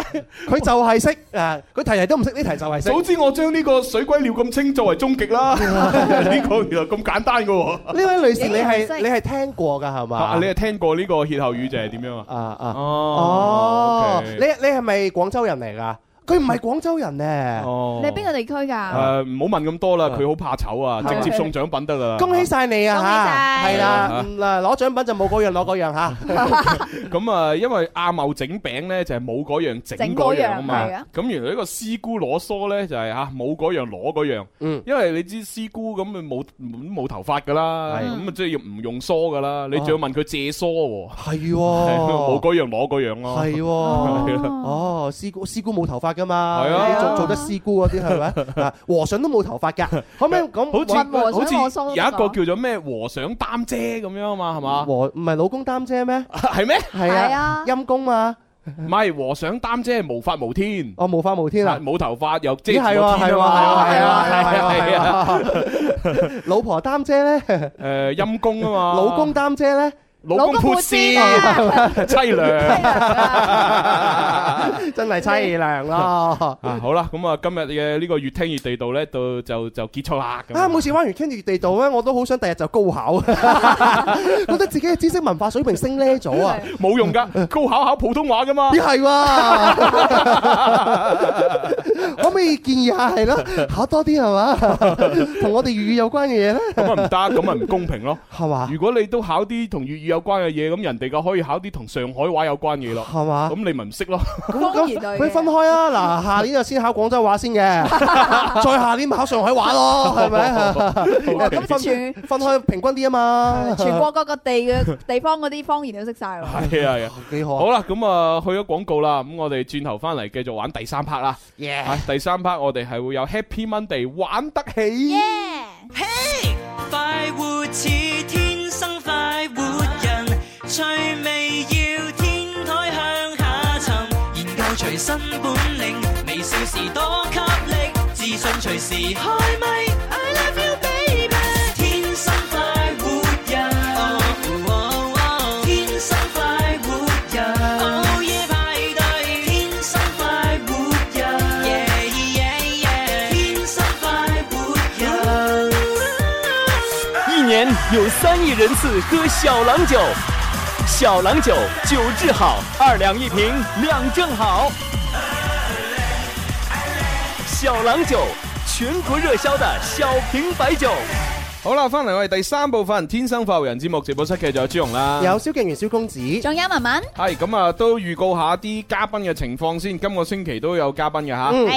S4: 佢就係識啊，佢題題都唔識，呢題就係識。
S3: 早知我將呢個水鬼尿咁清作為終極 啦，呢個原來咁簡單噶喎。
S4: 呢位女士，你
S3: 你係
S4: 係
S3: 識
S4: 你係聽過㗎係
S3: 啊
S4: 嘛？
S3: 你係聽過呢個歇後語就係點樣啊？
S4: 啊啊
S3: 哦
S4: 哦，你你係咪廣州人嚟㗎？佢唔係廣州人咧。
S3: 哦
S5: 你係邊個地區㗎？
S3: 誒，唔好問咁多啦，佢好怕醜啊，
S4: 係
S3: 直接送獎品得啦。
S4: 恭喜晒你啊！
S5: 恭喜
S4: 嚇
S5: 晒
S4: 係啦，嗯嗱攞獎品就冇嗰樣攞 嗰樣嚇。
S3: 咁啊，因為阿茂整餅咧就係冇嗰樣整嗰樣啊
S5: 整嗰樣係
S3: 嘛
S5: 啊。
S3: 咁原來呢個師姑攞梳咧就係吓冇嗰樣攞嗰樣。
S4: 嗯，
S3: 因為你知師姑咁咪冇冇頭髮噶啦，
S4: 係
S3: 咁啊即係要唔用梳噶啦。你仲要問佢借梳喎，
S4: 係
S3: 係 冇
S4: 喎，
S3: 嗰樣攞嗰樣咯。
S4: 係喎，
S3: 係啦
S4: 哦，師姑師姑冇頭髮㗎嘛，
S3: 係啊
S4: 你做做得師姑嗰啲 係咪？啊和尚都冇頭髮㗎，可唔可以咁？
S3: 好似
S5: 和尚
S3: 好似
S5: 攞梳
S3: 有
S5: 都
S3: 一個
S5: 得
S3: 叫做咩和尚擔遮咁樣啊嘛，係嘛？
S4: 和唔係老公擔遮咩？
S3: 係咩？
S4: 係
S5: 係
S4: 啊
S5: 啊，
S4: 陰公嘛，
S3: 唔係和尚擔遮係無法無天。
S4: 我無法無天啊！
S3: 冇頭髮又遮
S4: 咦
S3: 住
S4: 係喎
S3: 個
S4: 係
S3: 天
S4: 喎係
S3: 啊嘛，
S4: 喎係 喎係
S3: 係啊
S4: 喎係喎，老婆擔遮咧，
S3: 誒陰公啊嘛，
S4: 老公擔遮咧，
S3: 老公潑屎，凄涼
S4: 真係凄涼咯。
S3: 啊！好啦， 咁啊，今日嘅呢個越聽越地道咧，到就就結束啦。咁
S4: 啊！每次玩完 Candy 地道咧，啊我都好想第日就高考，啊 覺得自己嘅知識文化水平升呢咗啊！
S3: 冇用噶，高考考普通話噶嘛
S4: 咦。係喎， 可唔可以建議下係咯，考多啲係嘛，同我哋粵語有關嘅嘢咧，
S3: 咁啊唔得，咁啊唔公平咯。
S4: 係嘛
S3: 如果你都考啲同粵語有關嘅嘢，咁人哋就可以考啲同上海話有關嘅嘢咯。
S4: 係嘛
S3: 咁？你咪唔識咯。
S5: 方言類
S4: 佢分
S5: 嘅。
S4: 開啊！嗱，下年就先考廣州話先嘅，再下年咪考上海話 咯，係咪？
S5: 咁
S4: 分
S5: 全
S4: 分開平均啲 啊嘛，
S5: 全國各個地嘅地方嗰啲方言都識晒喎。
S3: 係啊係啊。
S4: 幾好啊！
S3: 好啦，咁啊去咗廣告啦，咁我哋轉頭翻嚟繼續玩第三 part 啦。啊第三 part 我哋係會有 Happy Monday 玩得起。
S8: 快活似天生快活人，趣味要天台向下沉，研究隨身本領，微笑時多給力，自信隨時開咪。I love you baby，天生快活人，哦哦天生快活人，午夜派對，天生快活人，yeah yeah yeah，天生快活人。
S14: 一年有三亿人次喝小郎酒，小郎酒酒治好，二两一瓶两正好。
S15: 小郎酒，全国热销的小瓶白酒。
S3: 好啦，翻嚟我哋第三部分《天生發育人》節目直播室嘅就有朱紅啦，
S4: 有蕭敬元、蕭公子，
S3: 啊
S4: 系
S5: 仲有文文，
S3: 咁啊，都預告下啲嘉賓嘅情況先。今個星期都有嘉賓嘅吓，
S5: 嗯
S3: 誒、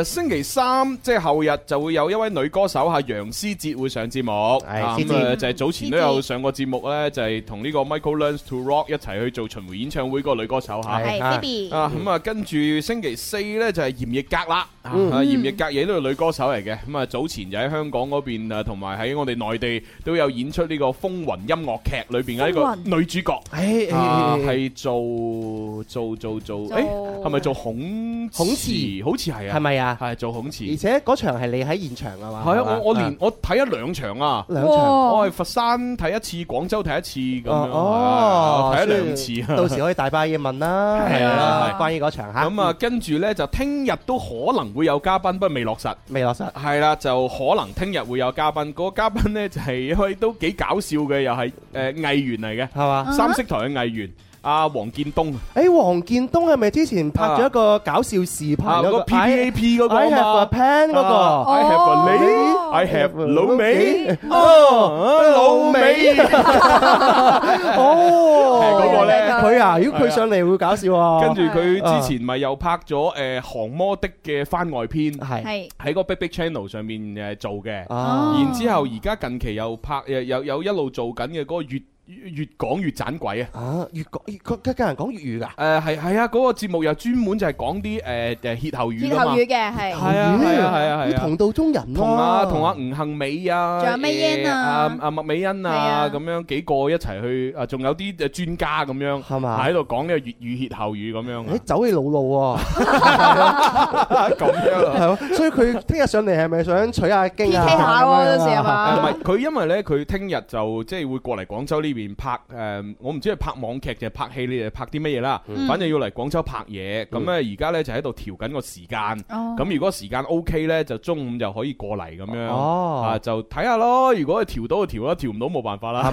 S5: 係
S3: 星期三即係後日就會有一位女歌手吓楊思哲會上節目，啊
S4: 思
S3: 咁
S4: 哲
S3: 啊就係早前都有上過節目咧，就係同呢個 Michael Learns to Rock 一齊去做巡迴演唱會嗰個女歌手吓，
S4: 係
S3: 啊
S4: Phoebe
S3: 啊咁啊，跟住星期四咧就係嚴奕格啦，啊
S4: 嗯
S3: 嚴奕格嘢都係女歌手嚟嘅，咁啊早前就喺香港嗰邊啊，同埋喺我哋內地都有演出呢個《風雲音樂劇》裏邊嘅一
S4: 風
S3: 個女主角，
S4: 誒誒
S3: 啊
S4: 誒
S3: 係做做做做，
S4: 做
S3: 誒係咪做孔
S4: 孔
S3: 慈？好似係啊，
S4: 咪啊？
S3: 係做孔慈，
S4: 而且嗰場係你喺現場啊嘛？哦
S3: 係
S4: 係
S3: 啊！
S4: 嘛
S3: 我我連我睇咗兩場啊，
S4: 兩場哇
S3: 我係佛山睇一次，廣州睇一次咁樣，
S4: 哦，
S3: 係啊睇咗兩次啊。
S4: 到時可以大把嘢問啦。
S3: 係啊係
S4: 關於嗰場嚇。
S3: 咁啊，跟住呢，就聽日都可能會有嘉賓，不過未落實。
S4: 嗯未落實。
S3: 係啦，就可能聽日會有嘉賓。嗰、個嘉賓呢，就係、一位都幾搞笑嘅，又係誒、呃、藝員嚟嘅，係
S4: 嘛
S3: 三色台嘅藝員，阿、黃建東。
S4: 誒，黃建東係咪之前拍咗一個搞笑視頻
S3: 啊！
S4: 嗰
S3: 個
S4: 個
S3: P P A P 嗰個
S4: I
S3: 啊
S4: have
S3: 嘛
S4: a pen 嗰
S3: 啊
S4: 個 Oh
S3: ，I have a 你，I have 老美，哦，老美。
S4: 哦，
S3: 嗰個呢
S4: 佢
S3: à,
S4: 啊，如果佢上嚟會搞笑喎。
S3: 跟住佢之前咪又拍咗誒《航魔的》嘅番外篇，
S4: 係
S3: 喺個 Big Big Channel 上面誒做嘅。
S4: 啊
S3: 然之後而家近期又拍誒有有一路做緊嘅嗰個粵粵講粵盞鬼啊！
S4: 啊，粵講粵佢佢教人講粵語㗎。
S3: 誒係係啊，嗰個節目又專門就係講啲誒誒歇後語
S5: 歇
S3: 㗎
S5: 後
S3: 嘛
S5: 語。嘅係，
S3: 係啊係啊係啊係
S4: 要
S3: 啊！
S4: 同道中人咯。
S3: 同啊同啊吳幸美啊，
S5: 仲有美
S3: 誒
S5: 欣啊
S3: 阿阿麥美欣
S5: 係
S3: 啊，
S5: 啊
S3: 咁樣幾個一齊去啊，仲有啲誒專家咁 樣，係
S4: 嘛
S3: 喺度講呢個粵語歇後語咁樣啊。
S4: 你走你老路
S3: à.
S4: 喎，
S3: 咁樣啊
S4: 係咯，所以佢聽日上嚟係咪想取下經
S3: à?
S4: 啊
S5: PK 下喎到時係嘛
S3: 唔係佢，因為咧佢聽日就即係會過嚟廣州呢邊拍誒，我唔知係拍網劇定係拍戲，你哋拍啲乜嘢啦
S4: 嗯？
S3: 反正要嚟廣州拍嘢，咁咧而家咧就喺度調緊個時間。
S5: Ờ.
S4: 哦
S3: 咁如果時間 OK 咧，就中午就可以過嚟咁樣。
S4: 哦
S3: 啊，就睇下咯。如果調到就調啦，調唔到冇辦法啦。係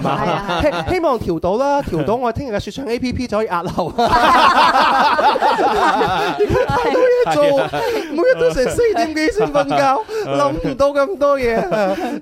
S5: à,
S3: 嘛？
S4: 希希望調到 啦，調到我聽日嘅説唱 A P P 就可以壓流。啊冇嘢做，
S3: 啊
S4: 每日都成四點幾先瞓 覺，
S3: 嗯
S4: 諗唔到咁多嘢。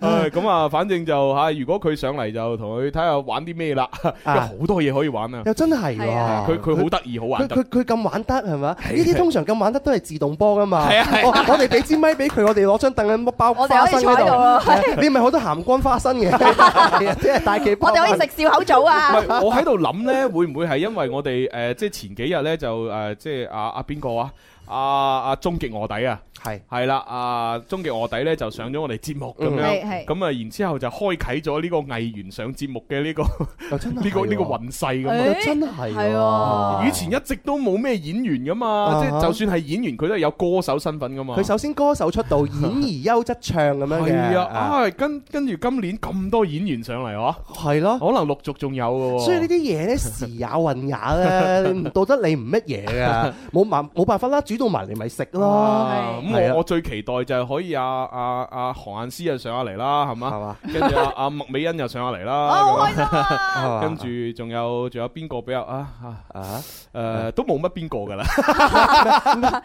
S3: 唉咁啊，反正就嚇，如果佢上嚟就同佢睇下玩啲咩啦，有好多嘢可以玩啊！
S4: 又真係喎，
S3: 佢佢好得意，好
S4: 啊佢
S3: 玩得啊
S4: 佢。佢咁玩得係嘛？呢啲通常咁玩得都係自動波噶嘛。
S3: 係啊係
S4: 我我哋俾支咪俾佢，我哋攞張凳咁包
S5: 我哋
S4: 花
S5: 可以
S4: 生
S5: 坐喺度咯
S4: 喺度。你咪好多鹹乾花生嘅， 係啊即係大旗。
S5: 我哋可以食笑口棗
S3: 唔
S5: 啊，
S3: 係，我喺度諗咧，會唔會係因為我哋誒、呃即係前幾日咧就誒、呃即係阿阿邊個啊？阿阿終極卧底啊，
S4: 係
S3: 係啦，阿終極卧底咧就上咗我哋節目咁
S4: 嗯
S3: 樣
S4: 係，係
S3: 咁啊然之後就開啟咗呢個藝員上節目嘅呢 個
S4: 真
S3: 呢個呢個運勢咁
S4: 哎
S3: 樣。
S4: 真係
S3: 係
S4: 喎
S3: 以前一直都冇咩演員噶嘛，
S4: 啊
S3: 即係就算係演員，佢都係有歌手身份噶嘛。
S4: 佢首先歌手出道，演而優則唱咁樣嘅。
S3: 係啊，啊跟跟住今年咁多演員上嚟喎，
S4: 係咯，
S3: 可能陸續仲有嘅喎。
S4: 啊所以呢啲嘢咧時也運 也咧，你唔道得你唔乜嘢噶，冇辦冇辦法啦，煮到埋你咪食咯
S3: 啊。
S4: 係
S3: 咁
S4: 啊
S3: 我我最期待就係可以阿阿阿韓雁詩又上下嚟啦，係 嘛？跟住阿阿麥美欣又上下嚟啦。
S5: 哦
S4: 好
S3: 啊咁樣
S4: 係嘛
S3: 跟住仲有仲有邊個比較啊啊誒都冇乜邊個㗎啦。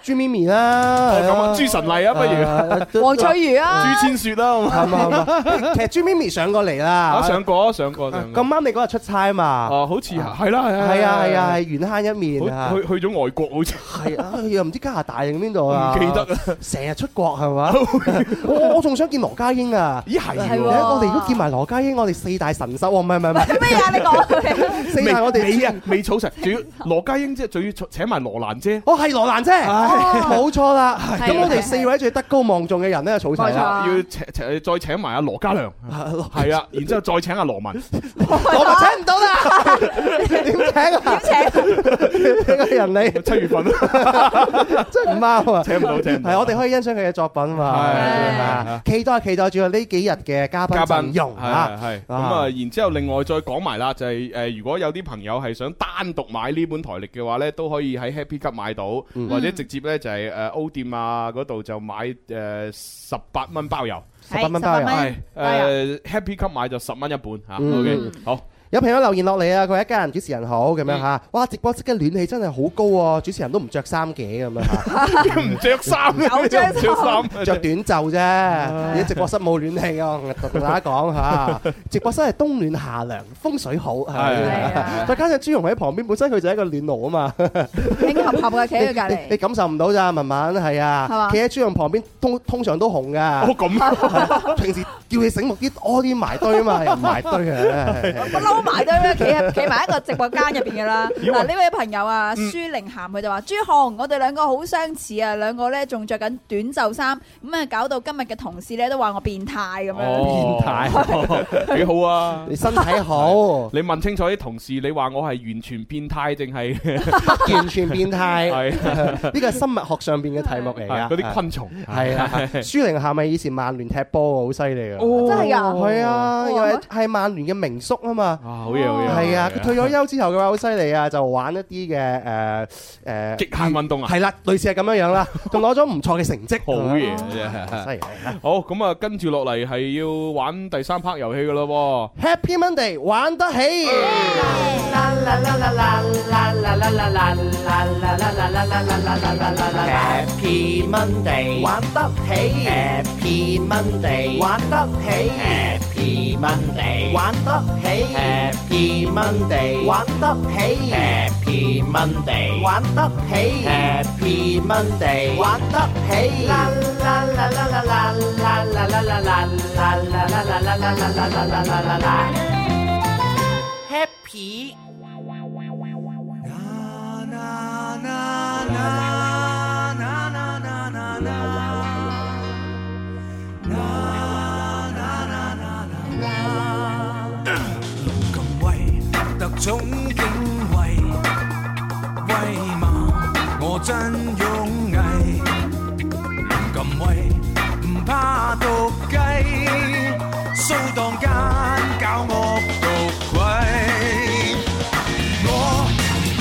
S4: 朱咪咪啦，
S3: 哦咁啊朱晨麗啊
S4: Ờ,
S3: 不如
S5: 黃翠如啊
S3: 朱千雪啦，
S4: 係嘛 係嘛其實朱咪咪上過嚟啦
S3: 啊，上過啊上過上過
S4: 咁。啱你嗰日出差嘛？
S3: 哦，好似係係啦係啦
S4: 係啊
S3: 係啦
S4: 係啊係
S3: 係
S4: 遠慳一面啊！
S3: 去去咗外國好似
S4: 係啊，又唔知加拿大定邊度啊？
S3: 唔記得啊，
S4: 成日出國 係嘛？我我仲想見羅家英啊！
S3: 咦係
S4: 係
S3: 喎
S4: 我哋如果見埋羅家英，我哋四大神獸喎，唔係 唔係唔係咩
S5: à,
S4: 啊？你講四
S3: 未
S4: 大我哋
S3: 未啊未儲齊，仲要羅家英姐，仲要請埋羅蘭姐。
S4: 哦，係羅蘭姐，冇錯啦。
S3: 係
S4: 咁我哋四位最德高望重嘅人咧，就儲齊 啦。
S3: 要請請再請埋阿羅嘉良，係啊，然之後再請阿羅文，
S4: 我咪請唔到 啦，點請啊？點請？呢個人你
S3: 七 月份
S4: 真係唔啱啊！
S3: 請唔到請唔到
S4: 係我哋可以欣賞佢嘅作品嘛。係啊期待期待住呢幾日嘅嘉賓
S3: 嘉
S4: 陣
S3: 賓
S4: 容
S3: 係
S4: 啊！
S3: 係咁啊！然之後另外再講埋啦，就係誒，如果有啲朋友係想單獨買呢本台歷嘅話咧，都可以喺 Happy 級買到，
S4: 嗯
S3: 或者直接咧就係誒 O 店啊嗰度就買誒十八蚊包郵，呃
S4: 18蚊包郵
S3: 係
S4: 包
S3: 誒 Happy 級買就十蚊一本嚇。
S4: 啊
S3: 啊
S4: 嗯
S3: OK，好。
S4: 有朋友留言落嚟啊，佢話一家人主持人好咁樣嚇，哇！直播室嘅暖氣真係好高喎，主持人都唔着衫嘅咁樣嚇，
S3: 唔着衫有着衫唔着 衫
S4: 着短袖啫。而家直播室冇暖氣啊，我同大家講嚇， 直播室係冬暖夏涼，風水好係咪
S5: 係啊
S4: 再加上朱容喺旁邊，本身佢就係一個暖爐啊嘛，
S5: 興合合嘅企喺佢隔
S4: 你
S5: 離。
S4: 你感受唔到咋，文文係
S5: 係嘛
S4: 啊，企喺朱容旁邊通通常都紅噶。
S3: 哦 咁，
S4: 平時叫你醒目啲，多啲埋堆 啊嘛，又唔埋堆啊。
S5: 我嬲埋都啦，企喺企埋一個直播間入邊噶啦。
S4: 以為
S5: 嗱，呢位朋友啊，
S4: 嗯
S5: 舒玲涵佢就話：朱紅，我哋兩個好相似啊，兩個咧仲着緊短袖衫，咁啊搞到今日嘅同事咧都話我變態咁樣。
S3: 態， 幾哦好啊！
S4: 你身體 好，
S3: 你問清楚啲同事，你話我係完全變態定
S4: 啊
S3: 係
S4: 完全變態，
S3: 係啊
S4: 呢個係生物學上邊嘅題目
S3: 係
S4: 嚟㗎。
S3: 嗰啲昆蟲
S4: 啊係啊，
S3: 係
S4: 舒寧夏咪以前曼聯踢波喎，好犀利啊！
S5: 真係㗎哦
S4: 係啊，
S5: 哇
S4: 又係係曼聯嘅名宿啊嘛。
S3: 啊，好嘢好嘢！
S4: 係啊，佢退咗休之後嘅話，好犀利啊！就玩一啲嘅誒 誒
S3: 極限運動啊
S4: 係啦，類似係咁樣 樣啦，仲攞咗唔錯嘅成績。
S3: 好嘢真係
S4: 犀利啊！
S3: 好咁啊，跟住落嚟係要玩第三 part 遊戲噶咯
S4: Happy Monday，玩得起。
S3: 哎
S16: Happy Monday，玩得起；Happy Monday，玩得起；Happy Monday，玩得起；Happy Monday，玩得起；Happy Monday，玩得起；Happy Monday，玩得起。Happy。
S8: 特種警衛，威猛我真勇毅，唔敢威，唔怕毒雞，掃蕩間搞惡毒鬼，我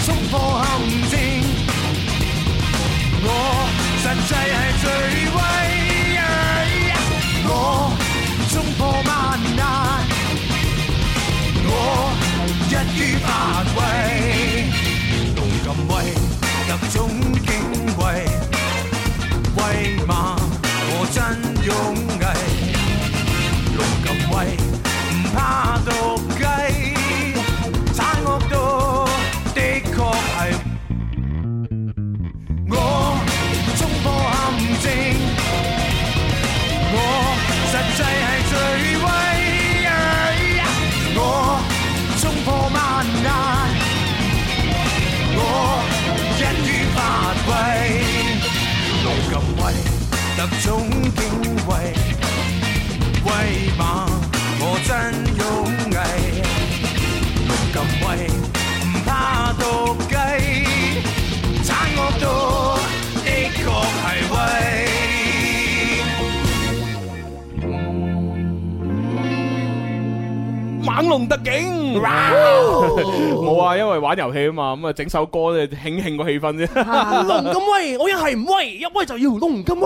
S8: 衝破陷阱，我實際係最威，我衝破萬難。我一於發威，龍咁威，特種警衛，威猛我真勇毅，龍咁威，唔怕毒雞，慘惡毒的確係我衝破陷阱。我實際係最威，我衝破萬難，我一於發威，老咁威，特種警衛，威猛我真勇毅，老咁威，唔怕毒雞，慘惡毒的確係威。
S3: 喎，
S4: 嗯
S3: 猛龍特警。 冇啊，因為玩遊戲啊嘛，咁啊整首歌咧興興個氣氛 啫。
S4: 龍咁威，我一係唔威，一威就要龍咁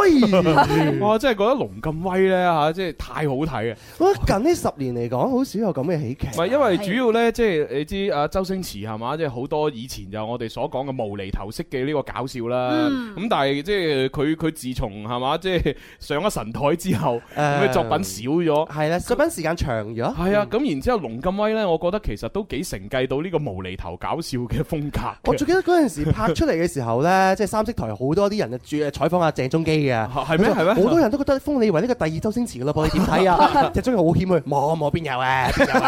S4: 威。
S3: 哇！真係覺得龍咁威咧嚇，真係太好睇啊！
S4: 我覺得近呢十年嚟講，好少有咁嘅喜劇
S3: 唔。係因為主要咧，即係你知啊，周星馳係嘛，即係好多以前就我哋所講嘅無厘頭式嘅呢個搞笑啦。
S4: 嗯
S3: 咁但係即係佢佢自從係嘛，即係上咗神台之後，咁嘅作品少咗。
S4: 係啦，作品時間長咗。
S3: 係啊，咁然之後龍咁威咧，我覺得其實都幾承繼到呢個無厘頭搞笑嘅風格嘅。
S4: 我最 記得嗰陣時拍出嚟嘅時候咧， 即係三色台好多啲人啊，住採訪阿鄭中基啊嘅，
S3: 係咩係咩
S4: 好多人都覺得封你為呢個第二周星馳噶啦 噃，你點睇啊？ 鄭中基好謙虛，冇冇邊有啊？邊有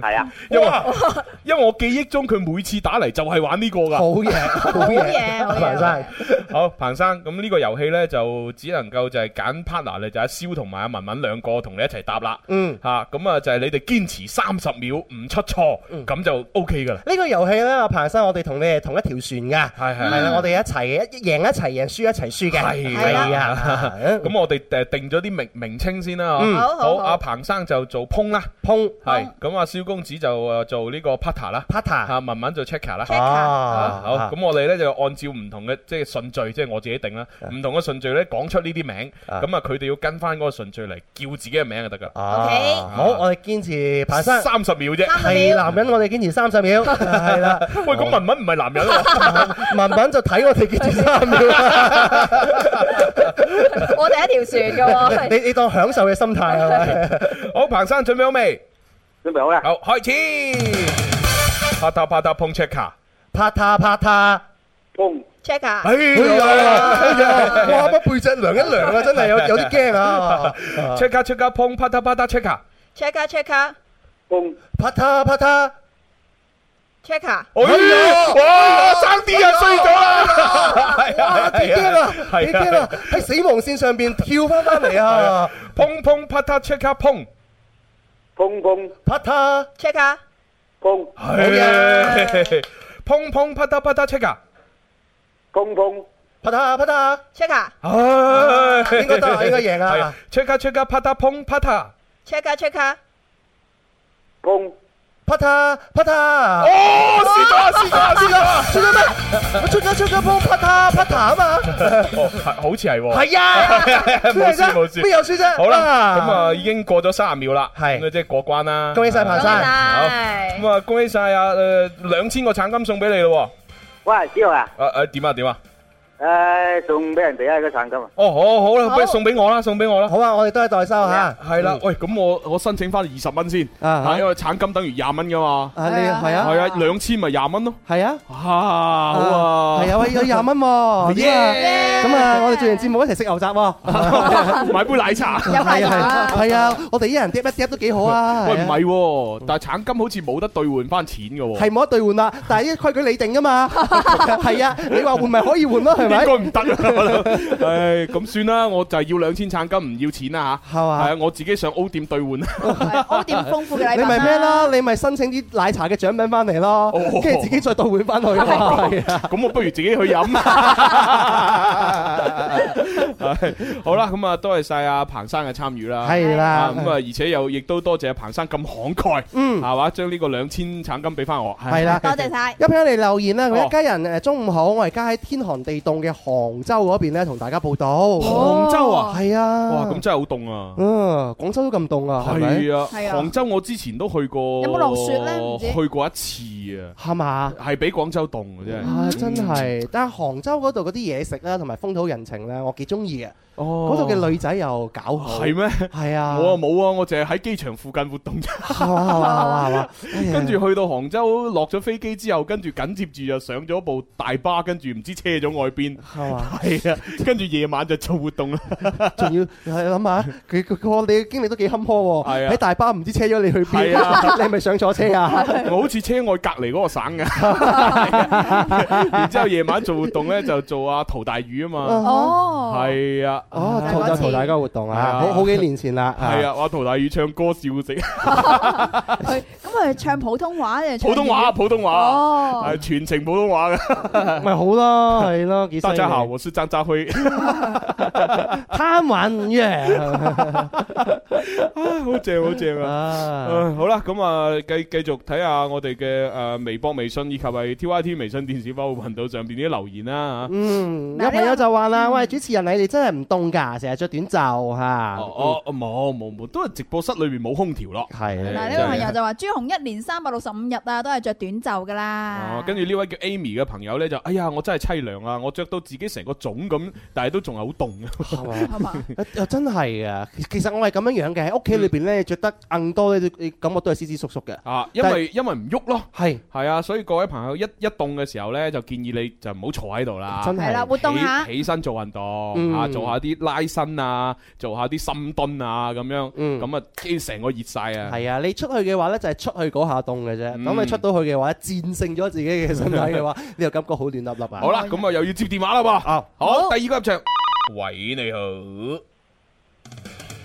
S3: 係啊，因為 因為我記憶中佢每次打嚟就係玩呢個㗎。
S4: 好嘢，好
S3: 嘢，
S4: 彭生。
S3: 好，彭生，咁呢個遊戲呢，就只能夠就係揀 partner 咧，就阿蕭同埋阿文文兩個同你一齊答啦。
S4: 嗯，
S3: 吓咁啊，就係你哋堅持三十秒唔出錯，咁就 OK 噶啦。
S4: 呢個遊戲咧，阿彭生，我哋同你係同一條船㗎，
S3: 係係
S4: 係啦，我哋一齊一贏一齊贏，輸一齊輸嘅，
S3: 係啊，咁我哋誒定咗啲名名稱先啦。
S4: 嗯
S3: 嚇
S4: 好
S3: 好
S4: 好好
S3: 阿彭生就做碰啦，
S4: 碰
S3: 係咁啊，蕭公子就誒做呢個 partner 啦
S4: ，partner
S3: 嚇，文文做 checker 啦。
S4: Checker
S3: 啊好，
S4: 啊
S3: 咁我哋咧就按照唔同嘅即係順序，即係我自己定啦，
S4: 啊
S3: 唔同嘅順序咧講出呢啲名，咁啊佢哋要跟翻嗰個順序嚟叫自己嘅名就得㗎啦。
S4: 啊好，我哋堅持彭生
S3: 三十秒啫，
S4: 係男人，我哋堅持三十 秒，係啦。
S3: 喂，咁文文唔係男人啊 喎。
S4: 文文就睇我哋堅持三十 秒，
S5: 我哋一條船噶喎。
S4: 你你當享受嘅心啊態係咪？
S3: 好，彭生準備好未？準備好啦。好，開始。啪嗒啪嗒碰 check 卡。
S4: 啪嗒啪嗒，
S3: 碰。
S5: check 啊！
S3: 哎呀，
S4: 哎呀，哇！不背脊涼一涼啊，真係有 有啲驚啊！
S3: check 卡 check 卡碰啪嗒啪嗒 check 卡。
S5: check 啊 check 啊
S4: 砰！啪嗒啪嗒，
S5: check 啊！
S3: 哎呀，哇！生啲啊，衰咗啦！ 係
S4: 哎哇！幾驚啊！幾驚啊！喺死亡線上邊跳翻翻嚟啊！
S3: 砰砰啪嗒 check 卡砰，
S4: 砰砰啪嗒
S5: check 啊！
S4: 砰，好嘢！
S3: 係。砰砰啪嗒啪嗒 check 卡。
S4: 砰砰啪嗒啪嗒
S5: check 啊
S3: 唉，
S4: 應該得啦應該贏啦
S3: 係啊！check 卡 check 卡啪嗒砰啪嗒。
S5: check 啊 check 啊！
S4: 砰啪嗒啪嗒。
S3: 哦，
S4: 輸
S3: 咗輸咗輸咗
S4: 輸咗咩？我出咗出咗砰啪嗒啪嗒 啊嘛！
S3: 哦，係好似係喎。
S4: 係啊
S3: 冇事
S4: 輸嚟啫
S3: 冇事，
S4: 邊有輸啫
S3: 好啦，
S4: 啊
S3: 咁啊已經過咗三十秒啦，係咁啊即係過關啦。
S4: 恭喜晒彭生恭喜晒
S3: 好咁啊恭喜晒啊誒兩千個橙金送俾你咯喎。喂，子豪啊！誒誒點啊點啊？
S4: Cảm ơn các bạn đã theo dõi và ủng hộ cho kênh lalaschool Để không bỏ lỡ
S17: 诶，送俾人哋啊，個橙金啊！
S3: 哦，好好啦，不如送俾我啦，送俾我啦。好
S4: 啊，我哋都係代收
S3: 吓。系啦，喂，咁我我申請翻二十蚊先，啊，因為橙金等於廿蚊噶嘛。
S4: 啊你係啊
S3: 係啊，兩千咪廿蚊咯。
S4: 係啊，
S3: 啊，
S4: Ờ.
S3: 好啊，
S4: 係啊，喂，有廿蚊喎，咁啊，咁啊，我哋做完節目一齊食牛雜喎，
S3: 買杯奶茶，
S4: 係啊係啊係啊，我哋一人疊一疊都幾好啊，
S3: 喂，唔係喎，但係橙金好似冇得兌換翻錢嘅喎。
S4: 係冇啊得兑換啦，但係呢個規矩你定噶 嘛，係啊，你話換咪可以換咯，係咪？
S3: 應該唔得啊 我覺得！唉，咁算啦，我就係要兩千橙金，唔要錢啦嚇。
S4: 係嘛
S3: 係啊，我自己上 O 店兌換。
S5: O 店豐富嘅禮
S4: 你
S5: 品
S4: 咪咩啦？你咪申請啲奶茶嘅獎品翻嚟咯，跟住自己再兑換翻去咯。係啊
S3: 咁我不如自己去 飲。係好啦，咁啊，多謝晒阿彭生嘅參與啦。
S4: 係啦
S3: 啊咁啊，而且又亦都多謝阿彭生咁慷慨，
S4: 嗯
S3: 係嘛，將呢個兩千橙金俾翻我。
S4: 係啦，
S5: 晒。
S4: 一朋友嚟留言啦，
S3: 哦
S4: 佢一家人誒中午好，我而家喺天寒地凍嘅杭州嗰邊咧，同大家報道。à.
S3: 杭州啊
S4: 係啊，
S3: 哇，咁真係好凍啊！
S4: 嗯，廣州都咁凍啊，係咪？
S3: 係啊，
S5: 係啊
S3: 杭州我之前都去過，
S5: 有冇落雪呢唔知
S3: 去過一次啊，
S4: 係嘛？
S3: 係比廣州凍嘅真係。
S4: 啊，真係！但係杭州嗰度嗰啲嘢食啦，同埋風土人情咧，我幾中意嘅。
S3: 哦
S4: 嗰度嘅女仔又搞好。
S3: 係咩？
S4: 係啊。
S3: 我啊冇啊，我淨係喺機場附近活動
S4: 係嘛係嘛係嘛
S3: 啫。跟住去到杭州落咗飛機之後，跟住緊接住就上咗部大巴，跟住唔知車咗外邊。
S4: 哎係嘛
S3: 係啊，跟住夜晚就做活動啦。
S4: 仲要係諗下佢佢個你嘅經歷都幾坎坷
S3: 係
S4: 喎，
S3: 啊
S4: 喺大巴唔知車咗你去邊
S3: 係啊，
S4: 你係咪上錯車啊？
S3: 我好似車外隔離嗰個省嘅。 然之後夜晚做活動咧，就做阿陶大宇啊嘛。
S5: 哦
S3: 係啊。
S4: 哦，淘就淘大家活動
S3: 係
S4: 啊，
S3: 啊
S4: 好好幾年前啦，
S3: 係啊，哇！陶大宇唱歌笑死。
S5: 咁佢唱普通話定係唱
S3: 普通話，普通
S5: 哦
S3: 話，係全程普通話嘅，
S4: 啊咪好咯，係咯，幾犀利
S3: 大家好，我是張家 輝。
S4: 貪玩嘅，
S3: 啊好正好正
S4: 啊！
S3: 唉哎好啦，咁啊，繼繼續睇下我哋嘅诶微博、微信以及係 T Y T 微信電視服務頻道上邊啲留言啦啊吓。
S4: 嗯，有朋友就話啦，喂，主持人你哋真係唔凍㗎，成日着短袖嚇。
S3: 哦哦，冇冇冇，都係直播室裏边冇空調咯。
S4: 系
S5: 嗱，呢位朋友就話朱紅一年三百六十五日啊，都係着短袖噶啦
S4: 啊
S3: 哦，。跟住呢位叫 Amy 嘅朋友呢，就，哎呀，我真係凄涼啊！我着到自己成個腫咁，但係都仲係好凍
S4: 啊！
S5: 係嘛？
S4: 啊啊真係啊！其其實我係咁樣樣嘅，喺屋企裏邊咧着得硬多咧，你感覺都係斯斯縮縮嘅。
S3: 啊，因
S4: 但
S3: 為因為唔喐咯，
S4: 係
S3: 係啊，所以各位朋友一一凍嘅時候呢，就建議你就唔好坐喺度啦，
S4: 真係係啦
S5: 活動
S3: 起
S5: 下
S3: 起身做運動
S4: 嗯
S3: 啊，做下啲拉伸啊，做下啲深蹲啊咁樣，咁啊，跟住成個熱晒啊，
S4: 係啊，你出去嘅話咧就係出去嗰下凍嘅啫。咁你出到去嘅話，戰勝咗自己嘅身體嘅話，你就感覺好暖粒粒啊！
S3: 好啦，咁啊又要接電話啦噃，好，第二個入場，喂你好，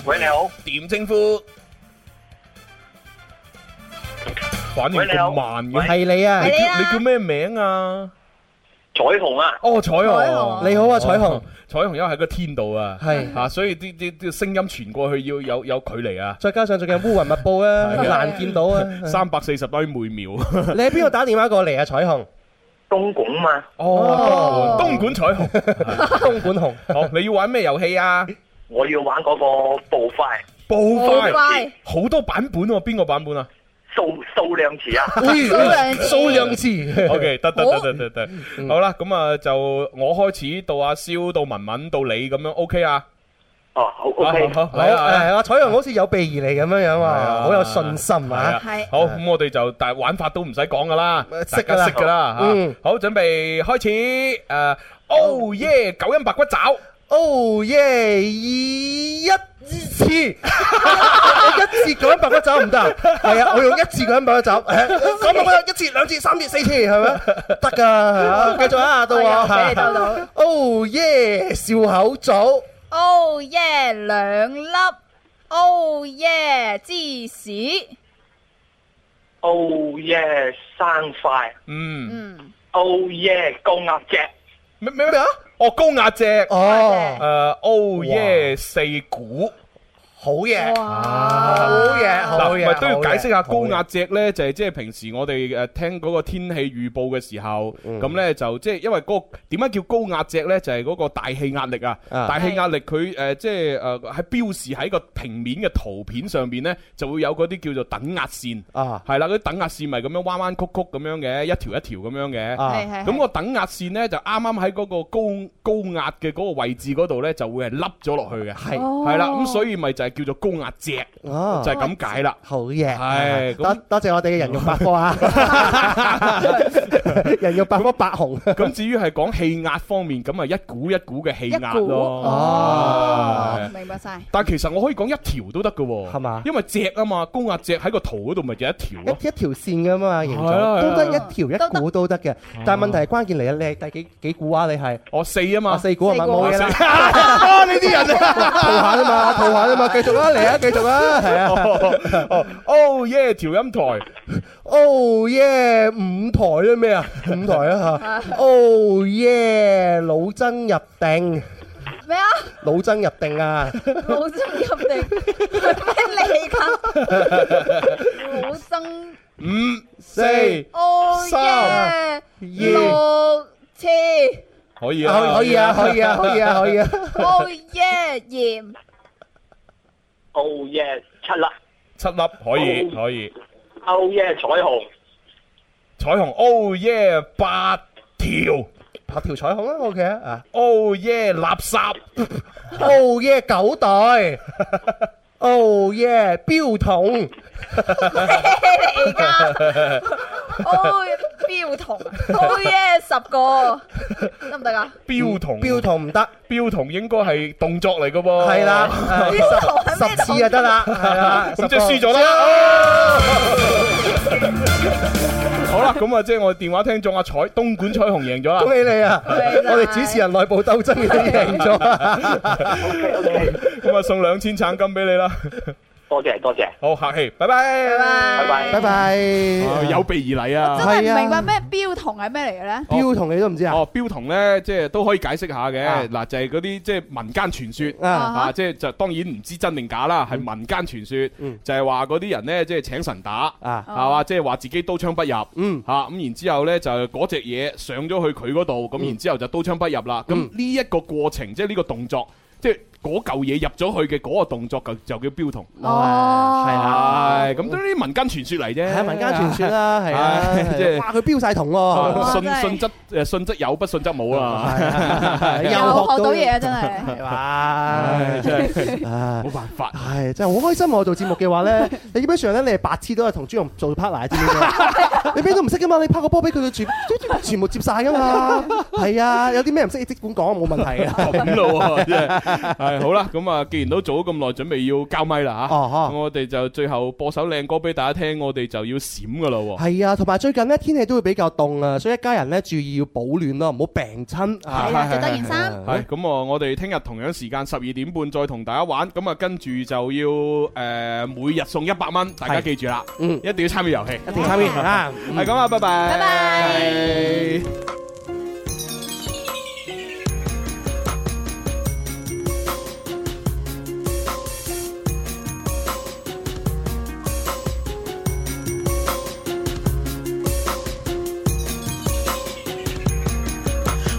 S3: 喂你好，點稱呼？反應咁慢嘅，
S4: 係你啊
S3: 你叫你叫咩名啊？彩虹啊！哦，彩虹，
S4: 你好啊彩虹
S3: 哦，彩虹因為喺個天度啊，
S4: 係
S3: 啊，所以啲啲啲聲音傳過去要有有距離啊，
S4: 再加上最近烏雲密布啊，
S3: 係啊
S4: 難見到啊。
S3: 三百四十米每秒。
S4: 你喺邊度打電話過嚟啊？彩虹，
S3: 東莞嘛？哦，東莞彩虹，
S4: 東莞紅。
S3: 好，你要玩咩遊戲啊？
S17: 我要玩嗰個步快，
S3: 步
S17: 步快
S3: 快，好多版本喎，邊個版 本啊？
S17: 數數量詞
S4: 哎
S17: 啊，
S4: 數量 詞
S3: OK，得得得得得得，
S4: 嗯
S3: 好啦，咁啊就我開始到阿蕭，到文文，到你咁樣，OK 啊？
S17: 哦，好 OK，
S3: 好，
S4: 好
S3: 嚟啊！
S4: 誒，阿彩虹好似有備而嚟咁樣樣喎，好有信心啊！呃
S3: 係好，咁我哋就但係玩法都唔使講噶啦，大
S4: 識㗎
S3: 家
S4: 啦
S3: 識噶啦
S4: 嗯哦
S3: 嚇。好，準備開始誒，Oh yeah，九陰白骨爪。
S4: Oh yeah！一次， 一次咁樣白骨爪唔得，係啊，我用一次咁樣白骨爪，誒咁樣一次、兩次、三次、四次，係咪？得㗎，係啊繼續啊，到我
S5: 係啊俾你鬥到。
S4: Oh yeah！笑口棗，
S5: Oh yeah，兩粒。Oh yeah，芝士。
S17: Oh yeah，生快。
S3: 嗯。
S17: Oh yeah，高壓脊。
S3: 咩咩咩啊？哦，高壓脊。
S4: 哦。
S3: 誒，Oh yeah，四股。
S4: 好嘢，好嘢，哦好
S3: 嗱，唔
S4: 嘢，
S3: 係都要
S4: 好嘢
S3: 解釋下高壓脊咧，就係即係平時我哋誒聽嗰個天氣預報嘅時候，
S4: 嗯
S3: 咁咧就即係因為嗰個點解叫高壓脊咧，就係嗰個大氣壓力啊，大氣壓力佢誒即係誒喺標示喺個平面嘅圖片上邊咧，就會有嗰啲叫做等壓線
S4: 啊，
S3: 係啦，嗰啲等壓線咪咁樣彎彎曲曲咁樣嘅，一條一條咁樣嘅，
S4: 啊係係係
S3: 咁個等壓線咧就啱啱喺嗰個高高壓嘅嗰個位置嗰度咧就會係凹咗落去嘅，係
S4: 哦
S3: 係啦，咁所以咪就係叫做高壓脊。
S4: 哦
S3: 就係咁解啦。
S4: 好嘢，啊
S3: 係
S4: 多
S3: 咁
S4: 多謝我哋嘅人肉百 科啊，人肉百科百紅。
S3: 咁至於係講氣壓方面，咁啊一股一股嘅氣壓
S5: 一股
S3: 咯。
S5: 哦
S3: 係
S5: 明白晒。
S3: 但係其實我可以講一條都得嘅喎，係嘛？因為隻啊嘛，高壓脊喺個圖嗰度咪就一條咯。
S4: 一條線噶嘛，形
S3: 係啊係
S4: 狀都
S3: 啊
S4: 得一條一股都得嘅。但係問題係關鍵嚟啦，你係第幾幾股啊？你係
S3: 我四啊嘛，
S4: 四股係咪冇嘢啦？
S3: 四 哦
S4: 啊！你啲人啊，套下啫嘛，套下啫嘛，繼續啊，嚟啊，繼續啊，係啊。
S3: 哦，Oh yeah，調音台。
S4: Oh yeah，五台啊咩啊？五台 啊嚇。Oh yeah，老僧入定，
S5: 咩啊？
S4: 老僧入定啊！
S5: 老僧入定，咩嚟噶？老僧
S3: 五四
S5: 哦
S3: 三
S5: 耶，六車
S3: 可以啊，
S4: 可以啊可以啊可 以啊可以啊
S5: 哦耶鹽，
S7: Oh yeah，七粒
S3: 七粒可以可以。
S7: ，Oh yeah，彩虹，
S3: 彩虹 Oh yeah，八條。
S4: 拍條彩虹啊，OK 啊。
S3: Oh yeah，垃圾。
S4: Oh yeah，九袋。Oh yeah，標筒。
S5: 咩嚟
S4: 嗯
S5: 㗎？哦標同，哦耶十個得唔得啊？
S3: 標同
S4: 標同唔得，
S3: 標同應該係動作嚟嘅喎。
S4: 係啦誒標同係咩十十次就得啦係啦
S3: 咁即係
S4: 十
S3: 輸
S4: 個
S3: 咗啦。 好啦，咁啊，即係我電話聽眾阿彩東莞彩虹贏咗啦。
S4: 恭喜你啊！我哋主持人內部鬥爭已經贏咗啊。
S3: 咁啊，送兩千橙金俾你啦。
S7: 多謝多謝，
S3: 好客氣，拜拜，
S5: 拜
S7: 拜
S4: 拜拜，
S3: 有備而嚟啊！
S5: 真係唔明白咩標同係咩嚟嘅咧？
S4: 標同你都唔知啊？
S3: 哦，標同咧，即係都可以解釋下
S4: 啊
S3: 嘅。嗱，就係嗰啲即係民間傳說
S4: 啊
S3: 啊，即係就當然唔知真定假啦，
S4: 嗯
S3: 係民間傳說，就係話嗰啲人咧，即係請神打，
S4: 啊
S3: 係嘛，即係話自己刀槍不入，嗯，嚇咁然之後咧就嗰隻嘢上咗去佢嗰度，
S4: 嗯
S3: 咁然之後就刀槍不入啦。咁呢一個過程，即係呢個動作，即係嗰嚿嘢入咗去嘅嗰個動作，就就叫標同。
S4: 哦係啦
S3: 係咁都係啲民間傳說嚟啫，
S4: 係民間傳說哦啦，係啊
S3: 係，即係
S4: 哇，佢標晒同喎，
S3: 啊信信則誒信則有，不信則冇
S4: 哦
S3: 啊！
S4: 又
S5: 又學到嘢啊！真係。
S4: 唉，
S3: 真
S4: 係，唉
S3: 冇辦法，
S4: 係真係好開心啊！我做節目嘅 話咧，你基本上咧你係白痴都係同朱容做 partner 知唔知？ 你咩都唔識噶嘛，你拍個波俾佢，佢全全部接晒噶嘛，係啊，有啲咩唔識你即管講，冇問題啊嘅。
S3: 咁咯喎，真係啊係好啦。咁啊，既然都做咗咁耐，準備要交咪啦
S4: 哦
S3: 嚇。咁我哋就最後播首靚歌俾大家聽，我哋就要閃噶啦喎。
S4: 係啊，同埋最近咧天氣都會比較凍啊，所以一家人咧注意要保暖咯，唔好病親。
S3: 係啦着多件衫
S4: 係
S3: 係咁啊！我哋聽日同樣時間十二點半再同大家玩。咁啊，跟住就要誒每日送一百蚊，大家記住啦，
S4: 嗯，
S3: 一定要參與遊戲，一
S4: 定要參與啊嗯
S3: 係咁啊，拜拜，拜拜。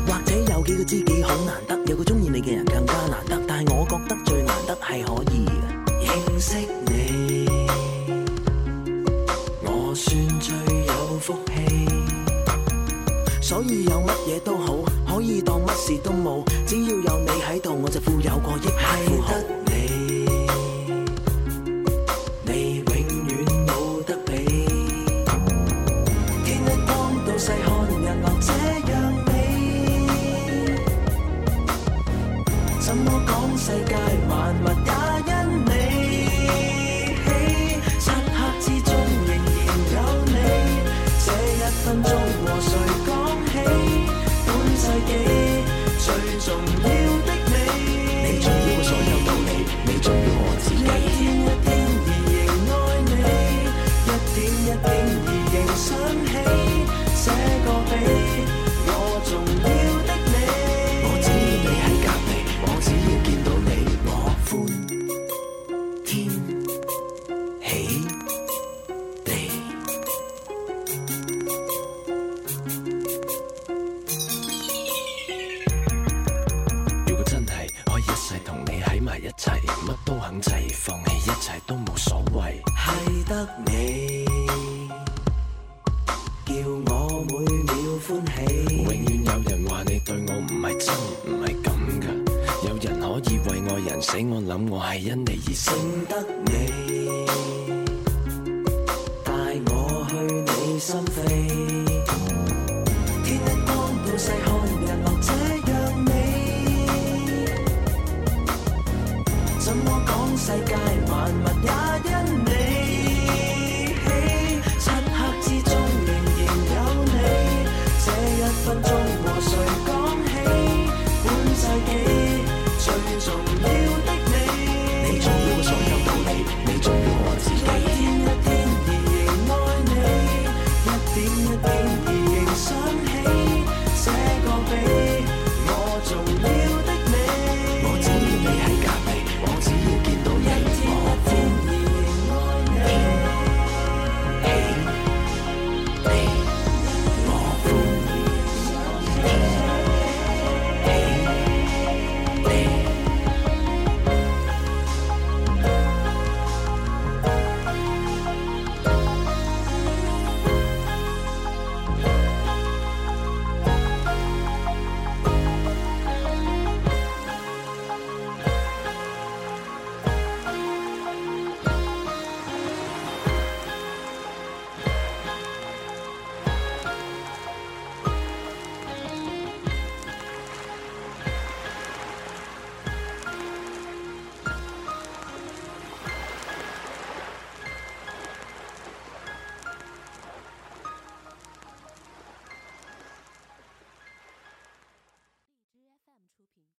S8: 或者有幾個知己好難得，有個中意你嘅人更加難得，但係我覺得最難得係可以認識你，我算最有福氣。所以有乜嘢都好，可以當乜事都冇，只要有你喺度，我就富有過億係得你，你永遠冇得比。天一光到細看日落這樣美，怎麼講世界萬物也因你起，漆黑之中仍然有你，這一分鐘和誰講起？本世紀最重要的你，你重要過所有道理，你重要我自己。一天一天而仍愛你。一點一點而仍想起，這個比我重要的你。我只要你喺隔離，我只要見到你，我歡
S18: 死我諗我係因你而生。
S8: 認得你，帶我去你心扉。